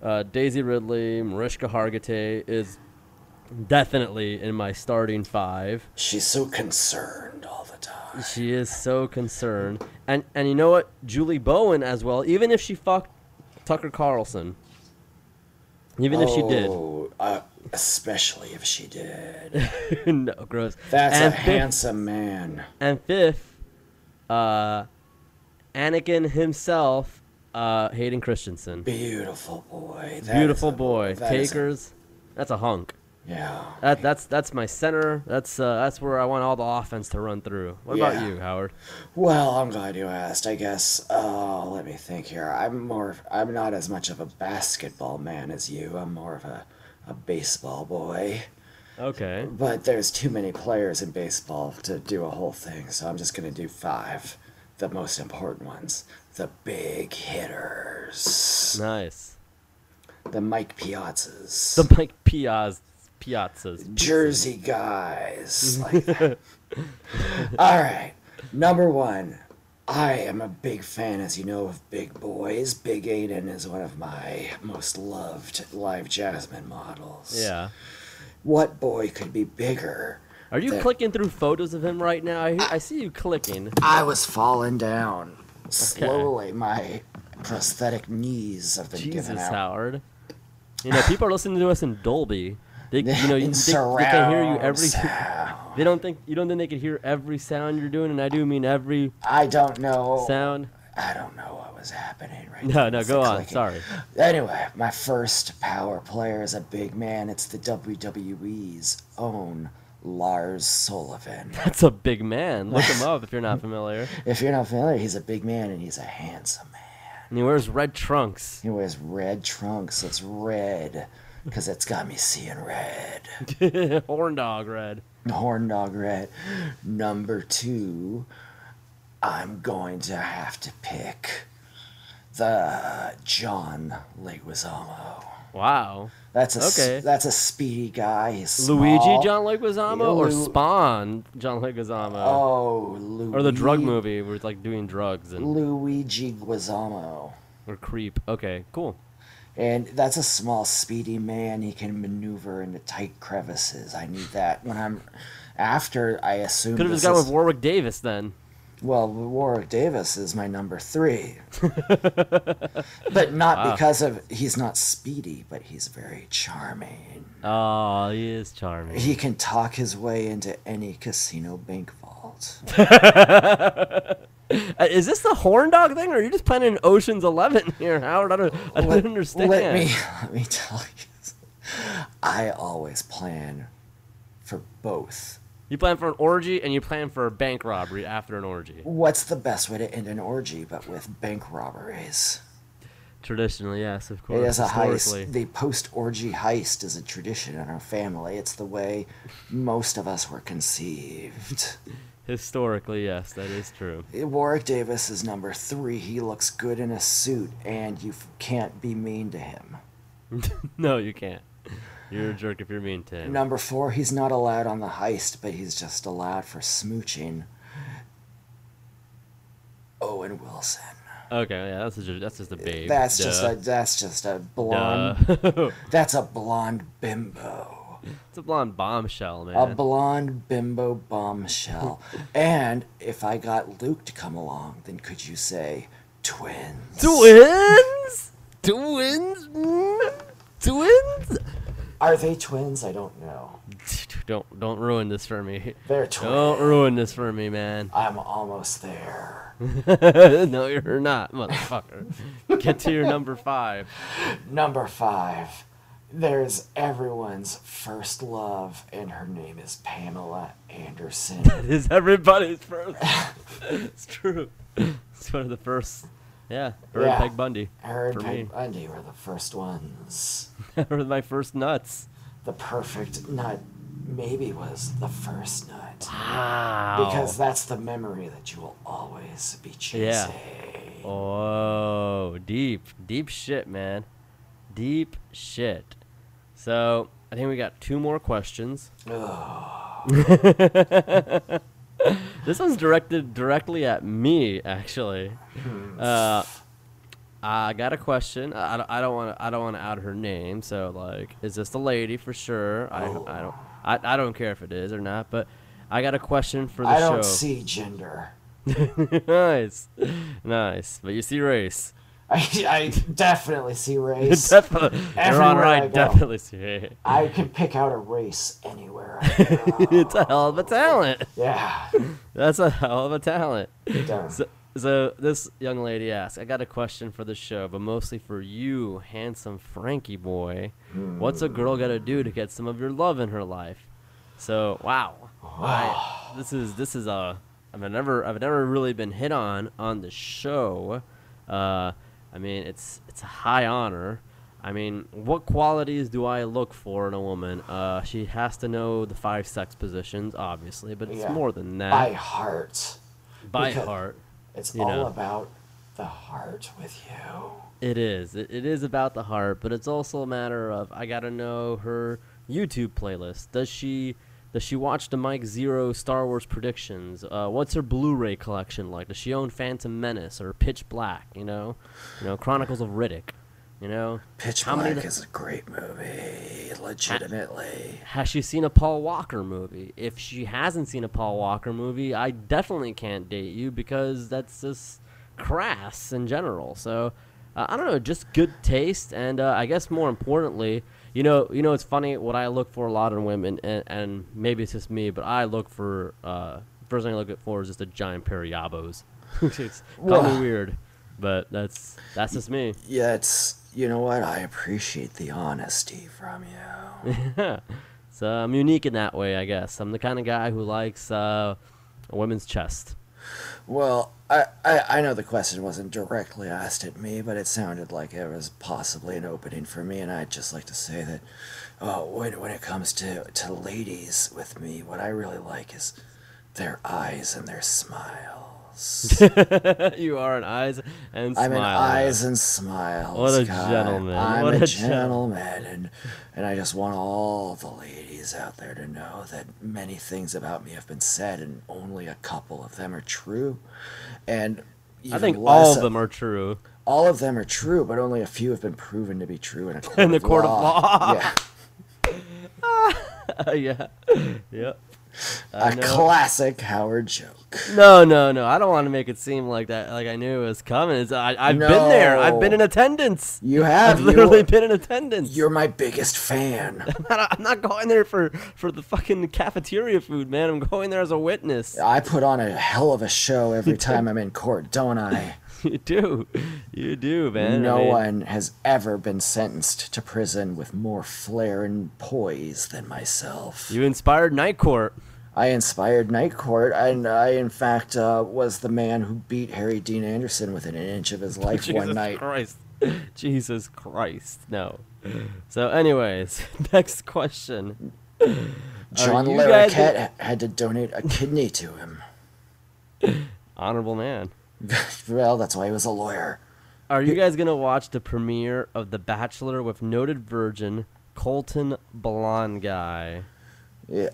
S4: Uh, Daisy Ridley, Mariska Hargitay is definitely in my starting five.
S5: She's so concerned all the time.
S4: She is so concerned, and and you know what? Julie Bowen as well. Even if she fucked Tucker Carlson, even if she did,
S5: Oh, uh, especially if she did.
S4: no, gross.
S5: That's
S4: and
S5: a
S4: fifth-
S5: handsome man.
S4: And fifth, uh, Anakin himself, uh, Hayden Christensen.
S5: Beautiful boy. That
S4: Beautiful
S5: is a-
S4: boy.
S5: that is a-
S4: Takers. That's a hunk.
S5: yeah.
S4: That, that's that's my center. That's uh, that's where I want all the offense to run through. What about
S5: Yeah.
S4: you, Howard?
S5: Well, I'm glad you asked. I guess. Oh, let me think here. I'm more. I'm not as much of a basketball man as you. I'm more of a, a baseball boy.
S4: Okay.
S5: But there's too many players in baseball to do a whole thing, so I'm just going to do five. The most important ones. The big hitters.
S4: Nice.
S5: The Mike Piazzas.
S4: The Mike Piaz Piazzas.
S5: Jersey guys. Like that. All right. Number one. I am a big fan, as you know, of big boys. Big Aiden is one of my most loved live Jasmine models.
S4: Yeah.
S5: What boy could be bigger?
S4: Are you
S5: There.
S4: clicking through photos of him right now? I, hear, I see you clicking.
S5: I was falling down. Slowly, my prosthetic knees have been given
S4: Jesus,
S5: out.
S4: Howard. You know, people are listening to us in Dolby. They, you know, you-
S5: In
S4: they, they can hear you
S5: surround
S4: every.
S5: sound.
S4: They don't think you don't think they could hear every sound you're doing, and I do mean every
S5: I don't know.
S4: sound.
S5: I don't know what was happening right
S4: No,
S5: now.
S4: no,
S5: It's the
S4: go on.
S5: clicking.
S4: Sorry.
S5: Anyway, my first power player is a big man. It's the WWE's own Lars Sullivan.
S4: That's a big man. Look him up if you're not familiar.
S5: if you're not familiar, he's a big man and he's a handsome man.
S4: And he wears red trunks.
S5: He wears red trunks. It's red because it's got me seeing red.
S4: Horn dog red.
S5: Horn dog red. Number two, I'm going to have to pick the John Leguizamo.
S4: Wow.
S5: That's a s-
S4: Okay.
S5: that's a speedy guy. He's small.
S4: Luigi John Leguizamo or
S5: Lu-
S4: Spawn John Leguizamo
S5: Oh, Luigi.
S4: or the drug movie where it's like doing drugs and
S5: Luigi Guizamo.
S4: or creep. Okay, cool.
S5: And that's a small, speedy man. He can maneuver into tight crevices. I need that when I'm after. I assume
S4: Could have
S5: this
S4: just gone
S5: is-
S4: with Warwick Davis then.
S5: Well, Warwick Davis is my number three. but not
S4: Ah.
S5: because of he's not speedy, but he's very charming.
S4: Oh, he is charming.
S5: He can talk his way into any casino bank vault.
S4: Uh, Is this the horn dog thing, or are you just playing an Ocean's Eleven here, Howard? I don't, I don't understand.
S5: Let me let me tell you. I always plan for both.
S4: You plan for an orgy, and you plan for a bank robbery after an orgy.
S5: What's the best way to end an orgy but with bank robberies?
S4: Traditionally, yes, of
S5: It
S4: course.
S5: is a
S4: historically.
S5: heist. The post orgy heist is a tradition in our family. It's the way most of us were conceived.
S4: Historically, yes, that is true.
S5: Warwick Davis is number three. He looks good in a suit, and you f- can't be mean to him.
S4: No, you can't. You're a jerk if you're mean to him.
S5: Number four, he's not allowed on the heist, but he's just allowed for smooching. Owen Wilson.
S4: Okay, yeah, that's just that's just a babe.
S5: That's
S4: Duh.
S5: just a that's just a blonde.
S4: Duh.
S5: That's a blonde bimbo.
S4: it's a blonde bombshell, man.
S5: A blonde bimbo bombshell. and if I got Luke to come along, then could you say twins?
S4: Twins, twins, Mm. twins.
S5: Are they twins? I don't know.
S4: Don't don't ruin this for me.
S5: They're twins.
S4: Don't ruin this for me, man.
S5: I'm almost there.
S4: no, you're not, motherfucker. Get to your number five.
S5: Number five. There's everyone's first love, and her name is Pamela Anderson.
S4: It is everybody's first. it's true. It's one of the first. Yeah, her and
S5: Yeah.
S4: Peg Bundy.
S5: Her and
S4: For
S5: Peg
S4: me.
S5: Bundy were the first ones.
S4: Her my first nuts.
S5: The perfect nut maybe was the first nut.
S4: Wow.
S5: Because that's the memory that you will always be chasing.
S4: Yeah. Oh, deep, deep shit, man. Deep shit. So I think we got two more questions. this one's directed directly at me, actually.
S5: Hmm.
S4: Uh, I got a question. I, I don't- I don't want to. I don't want to out her name. So like, is this the lady for sure? I,
S5: Oh.
S4: I don't. I, I don't care if it is or not. But I got a question for the
S5: I
S4: show.
S5: don't see gender.
S4: nice, nice. But you see race.
S5: I, I definitely see race.
S4: definitely, you're on
S5: Everywhere I
S4: right.
S5: go.
S4: Definitely see race.
S5: I can pick out a race anywhere. I go.
S4: It's a hell of a talent.
S5: yeah.
S4: That's a hell of a talent.
S5: Done.
S4: So, so this young lady asks, I got a question for the show, but mostly for you, handsome Frankie boy. What's a girl gotta do to get some of your love in her life? So wow, I, this is this is a I've never I've never really been hit on on the show. Uh, I mean it's it's a high honor. I mean, what qualities do I look for in a woman? Uh, she has to know the five sex positions, obviously, but it's
S5: Yeah.
S4: more than that.
S5: By heart.
S4: By
S5: because-
S4: heart,
S5: It's
S4: You
S5: all
S4: know.
S5: about the heart with you.
S4: it is. It, it is about the heart, but it's also a matter of I gotta know her YouTube playlist. Does she does she watch the Mike Zero Star Wars predictions? Uh, what's her Blu-ray collection like? Does she own Phantom Menace or Pitch Black? You know, you know Chronicles of Riddick. You know,
S5: Pitch
S4: How many
S5: Black is a great movie, legitimately.
S4: has she seen a Paul Walker movie? If she hasn't seen a Paul Walker movie, I definitely can't date you because that's just crass in general. So uh, I don't know, just good taste, and uh, I guess more importantly, you know, you know, it's funny what I look for a lot in women, and, and maybe it's just me, but I look for uh, first thing I look for is just a giant pair of yabos. it's call me
S5: Well-
S4: weird, but that's that's just me.
S5: Yeah, it's you know what? I appreciate the honesty from you.
S4: So I'm unique in that way, I guess. I'm the kind of guy who likes uh, a woman's chest.
S5: well, I, I I know the question wasn't directly asked at me, but it sounded like it was possibly an opening for me, and I'd just like to say that uh, when when it comes to to ladies with me, what I really like is their eyes and their smiles.
S4: you are an eyes and smile.
S5: I'm an eyes and smiles.
S4: What a
S5: guy.
S4: gentleman.
S5: I'm
S4: What
S5: a,
S4: a gen-
S5: gentleman. And, and I just want all the ladies out there to know that many things about me have been said, and only a couple of them are true. And
S4: I
S5: even
S4: think
S5: less
S4: all of them are true.
S5: all of them are true, but only a few have been proven to be true in a court,
S4: In the
S5: of,
S4: court of
S5: law. Yeah.
S4: yeah. yep.
S5: a classic Howard joke.
S4: No, no, no. I don't want to make it seem like that. Like I knew it was coming. It's, I, I've been there. I've been in
S5: No.
S4: attendance.
S5: You
S4: I've
S5: have you-
S4: literally been in attendance.
S5: You're my biggest fan.
S4: I'm not going there for, for the fucking cafeteria food, man. I'm going there as a witness.
S5: I put on a hell of a show every time I'm in court, don't I?
S4: you do. You do, man. I
S5: No
S4: mean-
S5: one has ever been sentenced to prison with more flair and poise than myself.
S4: You inspired Night Court.
S5: I inspired Night Court, and I, in fact, uh, was the man who beat Harry Dean Anderson within an inch of his life
S4: Jesus
S5: one night.
S4: Christ. Jesus Christ. No. So, anyways, next question.
S5: John
S4: you guys-
S5: Larroquette ha- had to donate a kidney to him.
S4: Honorable man.
S5: well, that's why he was a lawyer.
S4: Are you guys going to watch the premiere of The Bachelor with noted virgin Colton Blonde Guy?
S5: Yeah.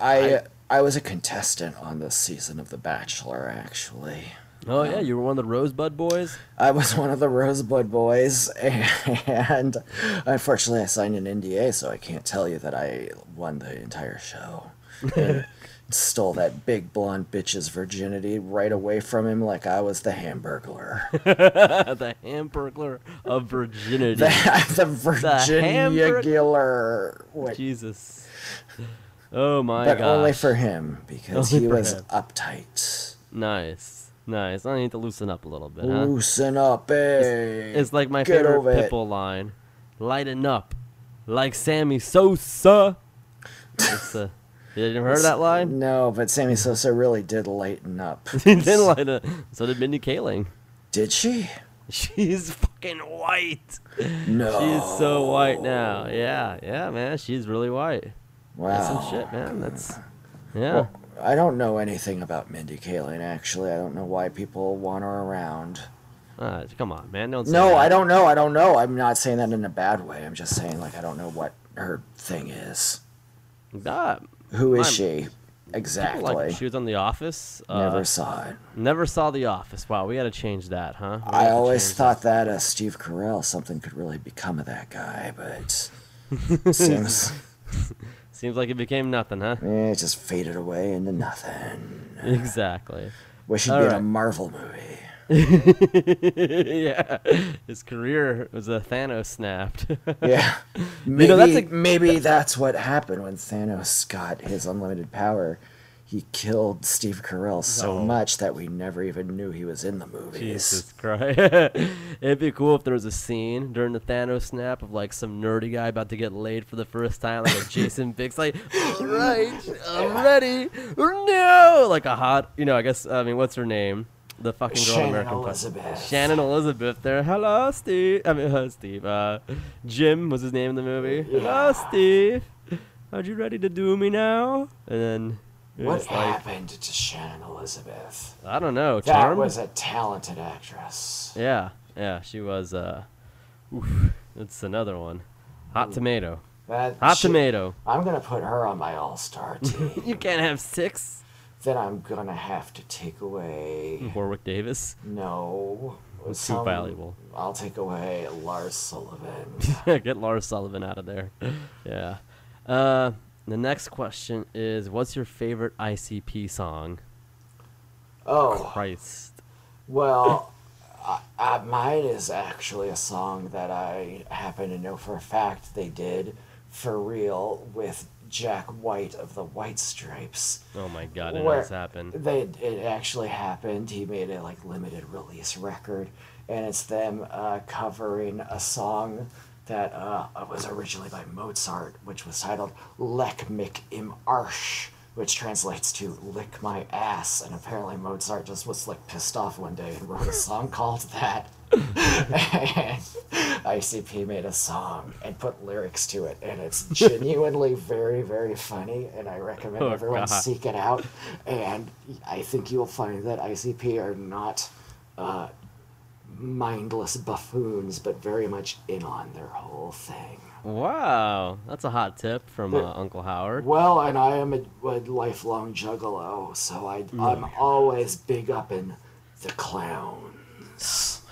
S5: I, I was a contestant on this season of The Bachelor, actually.
S4: Oh, yeah, you were one of the Rosebud boys?
S5: I was one of the Rosebud boys, and unfortunately, I signed an NDA, so I can't tell you that I won the entire show. And stole that big blonde bitch's virginity right away from him, like I was the Hamburglar.
S4: the Hamburglar of virginity.
S5: the Virginia
S4: Hamburg-
S5: Giller. Which,
S4: Jesus. Oh, my
S5: but
S4: God.
S5: only for him, because
S4: Only
S5: he
S4: for
S5: was
S4: him.
S5: uptight.
S4: Nice. Nice. I need to loosen up a little bit, huh?
S5: Loosen up, eh?
S4: It's Uh-huh. like my
S5: Get
S4: favorite
S5: over it.
S4: Pitbull line, "Lighten up, like Sammy Sosa." It's, uh, you never heard that line?
S5: No, but Sammy Sosa really did lighten up.
S4: then light up. So did Mindy Kaling.
S5: Did she?
S4: She's fucking white.
S5: No.
S4: She's so white now. Yeah, yeah, man. She's really white. That's some shit, man. That's yeah.
S5: I don't know anything about Mindy Kaling, actually. I don't know why people want her around.
S4: Ah, come on, man. Don't. Say
S5: No,
S4: that.
S5: I don't know. I don't know. I'm not saying that in a bad way. I'm just saying, like, I don't know what her thing is.
S4: Ah,
S5: Who is
S4: I'm-
S5: she?
S4: people like her.
S5: Exactly.
S4: she was on The Office. Uh,
S5: Never
S4: never.
S5: saw it.
S4: saw The Office. Wow, we got to change that, huh? We
S5: I
S4: gotta
S5: always
S4: change
S5: thought that uh, Steve Carell, something could really become of that guy, but seems
S4: that. Seems like it became nothing, huh?
S5: eh, it just faded away into nothing.
S4: Exactly.
S5: Wish he'd
S4: All
S5: be in a
S4: right.
S5: Marvel movie.
S4: yeah, his career was a Thanos snapped.
S5: Yeah. Maybe,
S4: know, that's a-
S5: maybe that's what happened when Thanos got his unlimited power. He killed Steve Carell so much that we never even knew he was in the movies.
S4: Jesus Christ! It'd be cool if there was a scene during the Thanos snap of like some nerdy guy about to get laid for the first time, like a Jason Biggs, like, all right, I'm ready. No, like a hot, you know, I guess I mean, what's her name? the fucking girl in
S5: Shannon
S4: American Pie.
S5: Elizabeth.
S4: Shannon Elizabeth there. Hello, Steve. I mean, hello, Steve. Uh, Jim was his name in the movie. Hello, Steve. Are you ready to do me now? And then it
S5: What
S4: was like,
S5: happened to Shannon Elizabeth?
S4: I don't know,
S5: That
S4: charm.
S5: was a talented actress.
S4: Yeah, yeah, she was. Uh, oof, it's another one. Hot tomato.
S5: That
S4: Hot
S5: she-
S4: tomato.
S5: I'm gonna put her on my all-star team.
S4: You can't have six.
S5: then I'm gonna have to take away.
S4: Warwick Davis.
S5: No.
S4: It's too valuable.
S5: I'll take away Lars Sullivan.
S4: Get Laura Sullivan out of there. Yeah. Uh, the next question is, what's your favorite ICP song?
S5: Oh,
S4: Christ.
S5: well, I, I, mine is actually a song that I happen to know for a fact they did for real with Jack White of the White Stripes.
S4: Oh my God, I know
S5: Where
S4: this happened.
S5: They, it actually happened. He made a like limited release record, and it's them uh, covering a song that uh, was originally by Mozart, which was titled "Leck mich im Arsch," which translates to "Lick my ass." And apparently Mozart just was like pissed off one day and wrote a song called that. and ICP made a song and put lyrics to it, and it's genuinely very, very funny. And I recommend
S4: Oh,
S5: everyone
S4: God.
S5: seek it out. And I think you'll find that ICP are not uh, mindless buffoons, but very much in on their whole thing.
S4: Wow, that's a hot tip from uh, Uncle Howard.
S5: Well, and I am a, a lifelong juggalo, so I,
S4: Mm.
S5: I'm always big up in the clowns.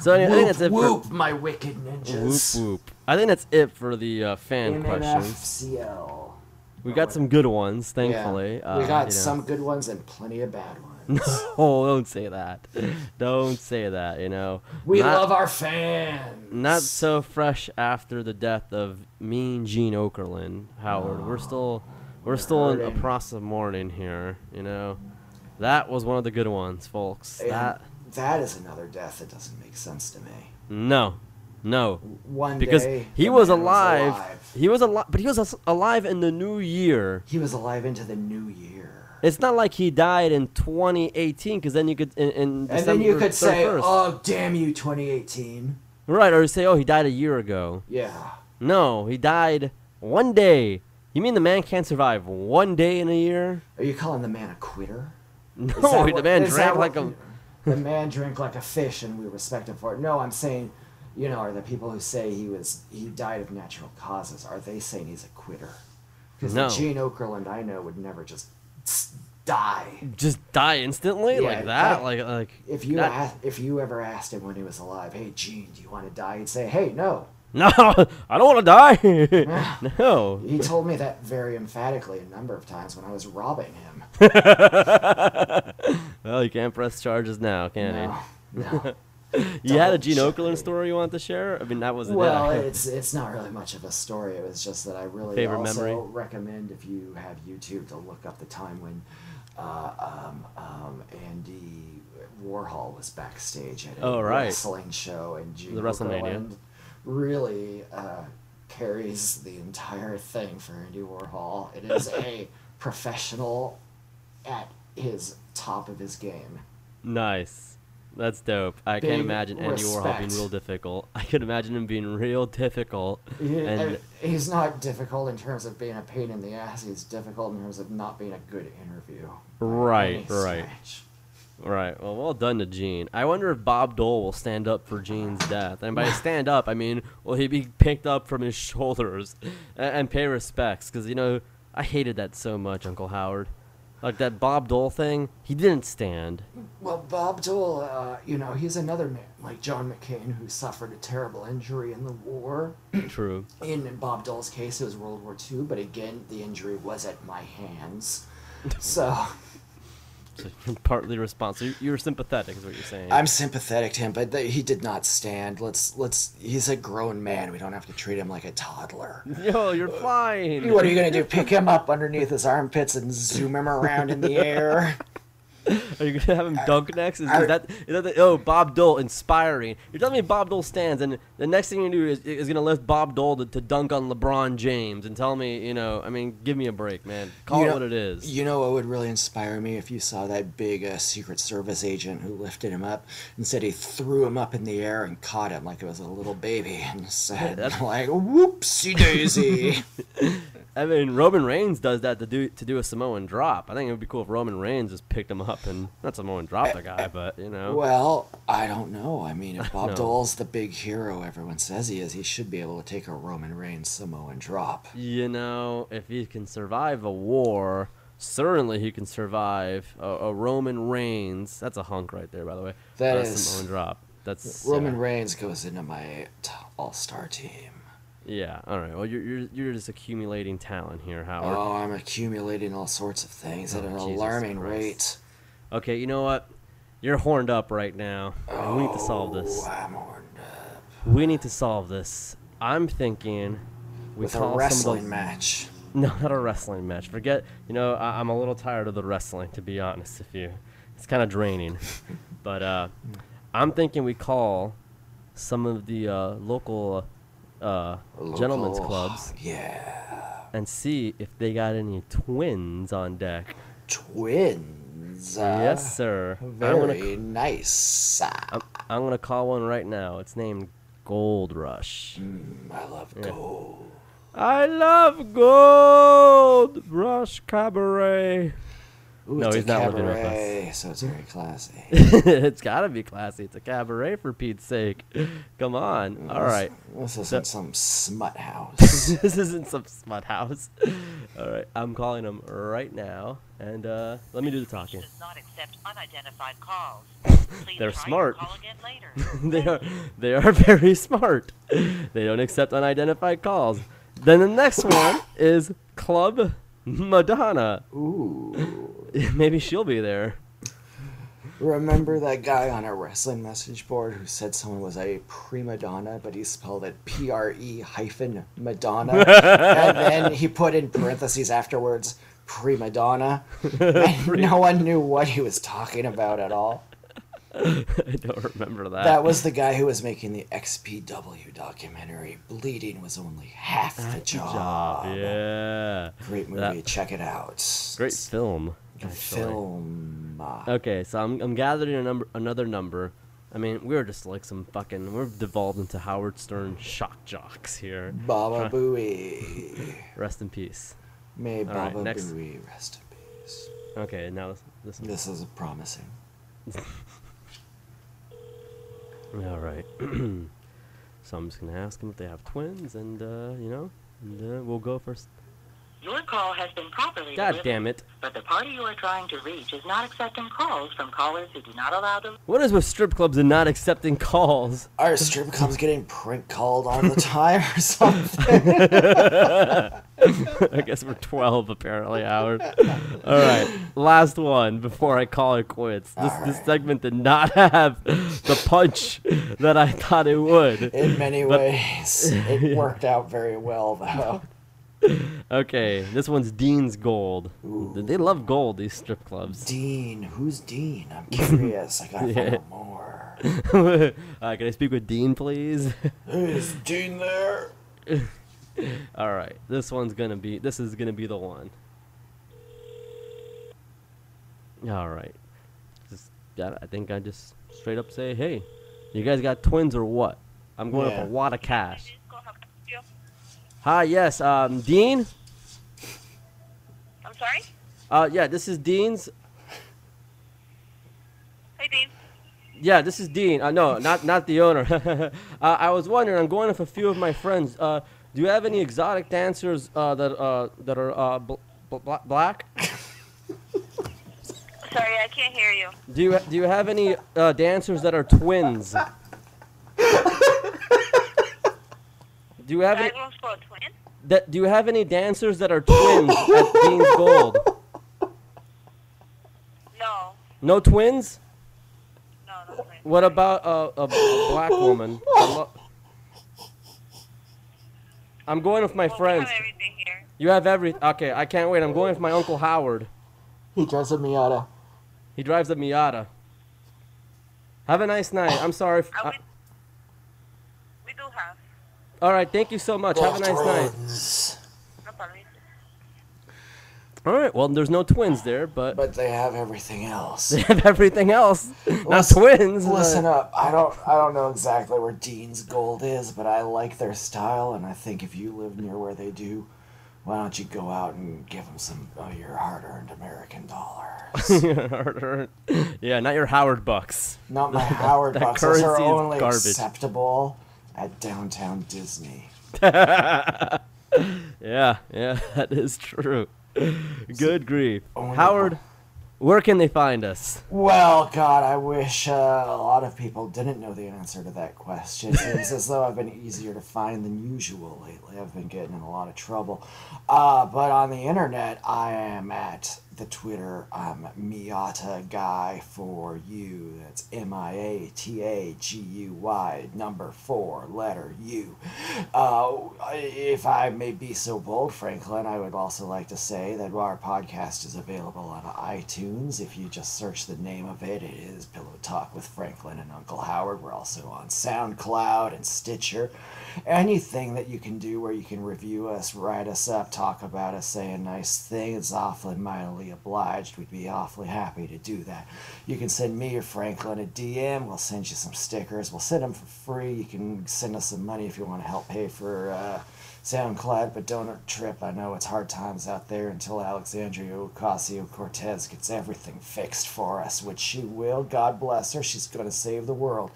S4: So anyway, I think that's it
S5: Whoop,
S4: for
S5: whoop, my wicked
S4: whoop
S5: ninjas.
S4: whoop. I think that's it for the uh, fan questions.
S5: MNFCL.
S4: We got some good ones,
S5: Yeah.
S4: thankfully. Uh,
S5: we got
S4: you know.
S5: some good ones and plenty of bad ones.
S4: Oh, don't say that. Don't say that. You know.
S5: we
S4: Not-
S5: love our fans.
S4: not so fresh after the death of Mean Gene Okerlund, Howard. we're still we're still in a
S5: hurting.
S4: process of mourning here, you know. That was one of the good ones, folks.
S5: And
S4: That
S5: that is another death that doesn't make sense to me.
S4: no. No.
S5: One
S4: Because
S5: day
S4: he
S5: the
S4: was
S5: man
S4: alive. He was alive, but he was as- alive in the new year.
S5: He was alive into the new year.
S4: It's not like he died in 2018 cuz then you could in, in
S5: and then you
S4: December
S5: could say,
S4: 31st.
S5: "Oh, damn you, 2018."
S4: Right, or you say, "Oh, he died a year ago."
S5: Yeah.
S4: No, he died one day. You mean the man can't survive one day in a year?
S5: Are you calling the man a quitter?
S4: No,
S5: Is that
S4: the
S5: what-
S4: man
S5: is
S4: drank
S5: that
S4: like a.
S5: what- The man drank like a fish, and we respect him for it. No, I'm saying, you know, are the people who say he was he died of natural causes? Are they saying he's a quitter? Because
S4: No.
S5: Gene Okerlund I know would never just s- die.
S4: Just die instantly
S5: Yeah,
S4: like that,
S5: that-
S4: like like.
S5: If you
S4: that-
S5: ask, if you ever asked him when he was alive, hey Gene, do you want to die? He'd say, hey, no.
S4: no, I don't want to die. no,
S5: He told me that very emphatically a number of times when I was robbing him.
S4: well, you can't press charges now, can
S5: No, no.
S4: you? You had a
S5: Double
S4: Gene Okerlund
S5: jeopardy.
S4: story you want to share? I mean, that was
S5: Well,
S4: it.
S5: it's it's not really much of a story. It was just that I really
S4: Favorite
S5: also
S4: memory?
S5: recommend if you have YouTube to look up the time when uh, um, um, Andy Warhol was backstage at a
S4: Oh, right.
S5: wrestling show, and Gene
S4: The WrestleMania.
S5: Okerlund really uh, carries the entire thing for Andy Warhol. It is a professional at his top of his game.
S4: nice. That's dope. I
S5: Big
S4: can't imagine Andy Warhol being
S5: respect.
S4: real difficult. I could imagine him being real difficult.
S5: He-
S4: and
S5: he's not difficult in terms of being a pain in the ass. He's difficult in terms of not being a good interview. by
S4: Right,
S5: any
S4: right.
S5: stretch.
S4: Right. Well, well done to Gene. I wonder if Bob Dole will stand up for Gene's death. And by stand up, I mean will he be picked up from his shoulders and, and pay respects? Because you know I hated that so much, Uncle Howard. Like that Bob Dole thing. He didn't stand.
S5: Well, Bob Dole, uh, you know, he's another man like John McCain who suffered a terrible injury in the war.
S4: True.
S5: In Bob Dole's case, it was World War II, but again, the injury was at my hands. So
S4: So you're partly responsible. You- You're sympathetic, is what you're saying.
S5: I'm sympathetic to him, but th- he did not stand. Let's let's. He's a grown man. We don't have to treat him like a toddler.
S4: Yo, you're fine.
S5: What are you gonna do? Pick him up underneath his armpits and zoom him around in the air?
S4: Are you gonna have him dunk next? Is, is that is that the, oh Bob Dole inspiring? You're telling me Bob Dole stands, and the next thing you do is is gonna lift Bob Dole to, to dunk on LeBron James and tell me you know I mean give me a break, man. Call
S5: You
S4: it
S5: know-
S4: what it is.
S5: You know what would really inspire me if you saw that big uh, Secret Service agent who lifted him up and said he threw him up in the air and caught him like it was a little baby and said, like, whoopsie daisy.
S4: I mean Roman Reigns does that to do to do a Samoan drop. I think it would be cool if Roman Reigns just picked him up and not Samoan drop the guy, but you know.
S5: well, I don't know. I mean, if Bob
S4: No.
S5: Dole's the big hero everyone says he is, he should be able to take a Roman Reigns Samoan drop.
S4: You know, if he can survive a war, certainly he can survive a, a Roman Reigns. That's a hunk right there, by the way.
S5: That
S4: That is
S5: is-
S4: Samoan drop. That's
S5: Roman
S4: yeah.
S5: Reigns goes into my t- all star team.
S4: Yeah. All right. Well, you're you're, you're just accumulating talent here, Howard.
S5: Oh, I'm accumulating all sorts of things at
S4: Oh,
S5: an
S4: Jesus
S5: alarming
S4: Christ.
S5: rate. Oh.
S4: Okay. You know what? You're horned up right now. and we need to solve this.
S5: Oh, I'm horned up.
S4: We need to solve this. I'm thinking we
S5: with
S4: call
S5: a
S4: some
S5: wrestling
S4: of the
S5: match.
S4: No, not a wrestling match. Forget, you know, I, I'm a little tired of the wrestling, to be honest with you. It's kind of draining. but uh, I'm thinking we call some of the uh, local uh, gentlemen's
S5: Local-
S4: clubs
S5: Oh, Yeah.
S4: and see if they got any twins on deck.
S5: Twins. uh,
S4: yes, sir. I'm
S5: Very
S4: gonna, c-
S5: nice. Ah,
S4: I'm, I'm gonna call one right now. It's named Gold Rush.
S5: I love gold.
S4: I love Gold Rush Cabaret.
S5: Ooh,
S4: No,
S5: it's
S4: he's
S5: a
S4: not living with us.
S5: cabaret, so it's very classy.
S4: it's gotta be classy. It's a cabaret for Pete's sake. Come on. All right.
S5: This isn't some smut house.
S4: This isn't some smut house. All right. I'm calling him right now, and uh, let me do the talking.
S3: does not accept unidentified calls. Please
S4: They're
S3: try your
S4: smart.
S3: Call again later.
S4: They are they are very smart. They don't accept unidentified calls. Then the next one is Club Madonna.
S5: Ooh.
S4: Maybe she'll be there.
S5: Remember that guy on our wrestling message board who said someone was a prima donna, but he spelled it P R E hyphen Madonna? and then he put in parentheses afterwards, prima donna. And no one knew what he was talking about at all.
S4: I don't remember that.
S5: That was the guy who was making the XPW documentary. Bleeding was only half the job.
S4: yeah.
S5: Great movie.
S4: That-
S5: Check it out.
S4: Great film. actually.
S5: film. uh,
S4: Okay, so I'm, I'm gathering a number, another number. I mean, we're just like some fucking. We're devolved into Howard Stern shock jocks here.
S5: Baba Booey.
S4: Rest in peace.
S5: May
S4: All right,
S5: Baba
S4: next.
S5: Booey rest in peace.
S4: Okay, now this, this one.
S5: This is promising.
S4: All right. so I'm just gonna ask them if they have twins, and uh, you know, and, uh, we'll go first.
S3: Your call has been properly
S4: God
S3: delivered,
S4: damn it!
S3: but the party you are trying to reach is not accepting calls from callers who do not allow them.
S4: What is with strip clubs and not accepting calls?
S5: Our strip club's getting prank called all the time or something.
S4: I guess we're 12 apparently, Howard. All right, last one before I call it quits. This this segment did not have the punch that I thought it would.
S5: In many ways, it worked out very well though.
S4: Okay, this one's Dean's Gold. They love gold, these strip clubs.
S5: Dean, who's Dean? I'm curious. I gotta find out more.
S4: uh, can I speak with Dean, please?
S5: Is Dean there?
S4: All right, this one's gonna be. This is gonna be the one. All right, just got. I think I just straight up say, "Hey, you guys got twins or what?" I'm going up
S5: Yeah.
S4: a lot of cash. Hi, yes, um, Dean.
S3: I'm sorry?
S4: Uh, yeah, this is Dean's.
S3: Hey, Dean.
S4: Yeah, this is Dean. Uh, no, not not the owner. uh, I was wondering. I'm going with a few of my friends. Uh, do you have any exotic dancers uh, that uh, that are uh, bl- bl- bla- black?
S3: Sorry, I can't hear you.
S4: Do you do you have any uh, dancers that are twins? do you have any
S3: Everyone's for a twin?
S4: that, do you have any dancers that are twins at Dean's Gold?
S3: No.
S4: No twins?
S3: No, no twin.
S4: What about uh, a, a black woman? I lo- I'm going with my friends.
S3: everything here.
S4: You have every. Okay, I can't wait. I'm going with my uncle Howard.
S5: He does a Miata.
S4: He drives a Miata. Have a nice night. I'm sorry. F-
S6: Uh,
S4: uh,
S6: we, we do have.
S4: all right. Thank you so much. Have a nice night.
S5: Twins.
S6: No problem.
S4: All right. Well, there's no twins there, but
S5: But they have everything else.
S4: they have everything else. Not
S5: Listen-
S4: twins. but-
S5: Listen up. I don't I don't know exactly where Dean's Gold is, but I like their style and I think if you live near where they do, why don't you go out and give them some of your hard-earned American dollars?
S4: yeah, not your Howard bucks.
S5: Not my Howard
S4: that
S5: bucks. Those are
S4: currency is
S5: only
S4: garbage.
S5: acceptable at downtown Disney.
S4: Yeah, yeah, that is true. Good grief.
S5: Only
S4: Howard, where can they find us?
S5: Well, God, I wish uh, a lot of people didn't know the answer to that question. It seems as though I've been easier to find than usual lately. I've been getting in a lot of trouble. Uh, but on the internet, I am at the Twitter. I'm Miata Guy for you. That's M I A T A G U Y, number four, letter U. Uh, if I may be so bold, Franklin, I would also like to say that our podcast is available on iTunes. If you just search the name of it, it is Pillow Talk with Franklin and Uncle Howard. We're also on SoundCloud and Stitcher. Anything that you can do where you can review us, write us up, talk about us, say a nice thing, it's awfully mightily obliged. We'd be awfully happy to do that. You can send me or Franklin a DM. We'll send you some stickers. We'll send them for free. You can send us some money if you want to help pay for uh, SoundCloud, but don't trip. I know it's hard times out there until Alexandria Ocasio Cortez gets everything fixed for us, which she will. God bless her. She's going to save the world.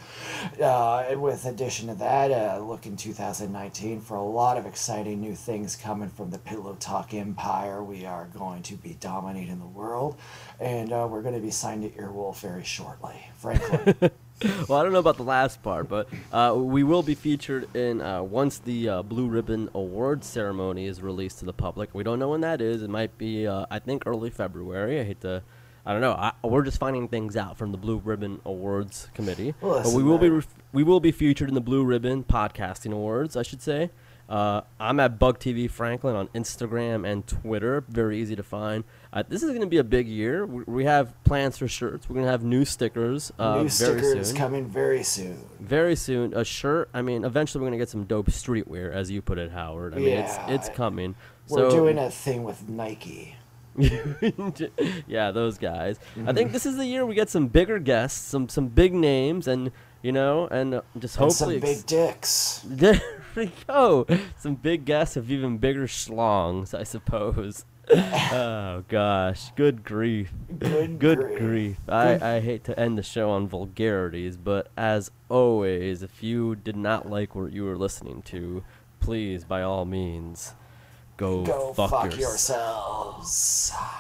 S5: Uh, and with addition to that, uh, look in 2019 for a lot of exciting new things coming from the Pillow Talk Empire. We are going to be dominating the world, and uh, we're going to be signed to Earwolf very shortly. Franklin.
S4: Well, I don't know about the last part, but uh, we will be featured in uh, once the uh, Blue Ribbon Award ceremony is released to the public. We don't know when that is. It might be, uh, I think, early February. I hate to. I don't know. I, we're just finding things out from the Blue Ribbon Awards committee.
S5: Well,
S4: but we
S5: listen,
S4: will be
S5: man.
S4: re- we will be featured in the Blue Ribbon Podcasting Awards, I should say. Uh, I'm at Bug TV Franklin on Instagram and Twitter. Very easy to find. Uh, this is going to be a big year. We, we have plans for shirts. We're going to have new stickers. Uh,
S5: new
S4: very
S5: stickers
S4: soon
S5: coming very soon.
S4: very soon a shirt i mean eventually we're gonna get some dope streetwear as you put it howard i mean
S5: Yeah.
S4: it's it's coming
S5: We're
S4: so
S5: doing a thing with Nike.
S4: yeah those guys i
S5: Mm-hmm.
S4: think this is the year we get some bigger guests some some big names and you know and uh, just
S5: And
S4: hopefully
S5: some big dicks.
S4: there we go some big guests of even bigger schlongs i suppose oh gosh good grief
S5: Good,
S4: Good
S5: grief.
S4: grief. I, I hate to end the show on vulgarities, but as always, if you did not like what you were listening to, please, by all means, go,
S5: Go
S4: fuck,
S5: fuck
S4: yourself.
S5: yourselves.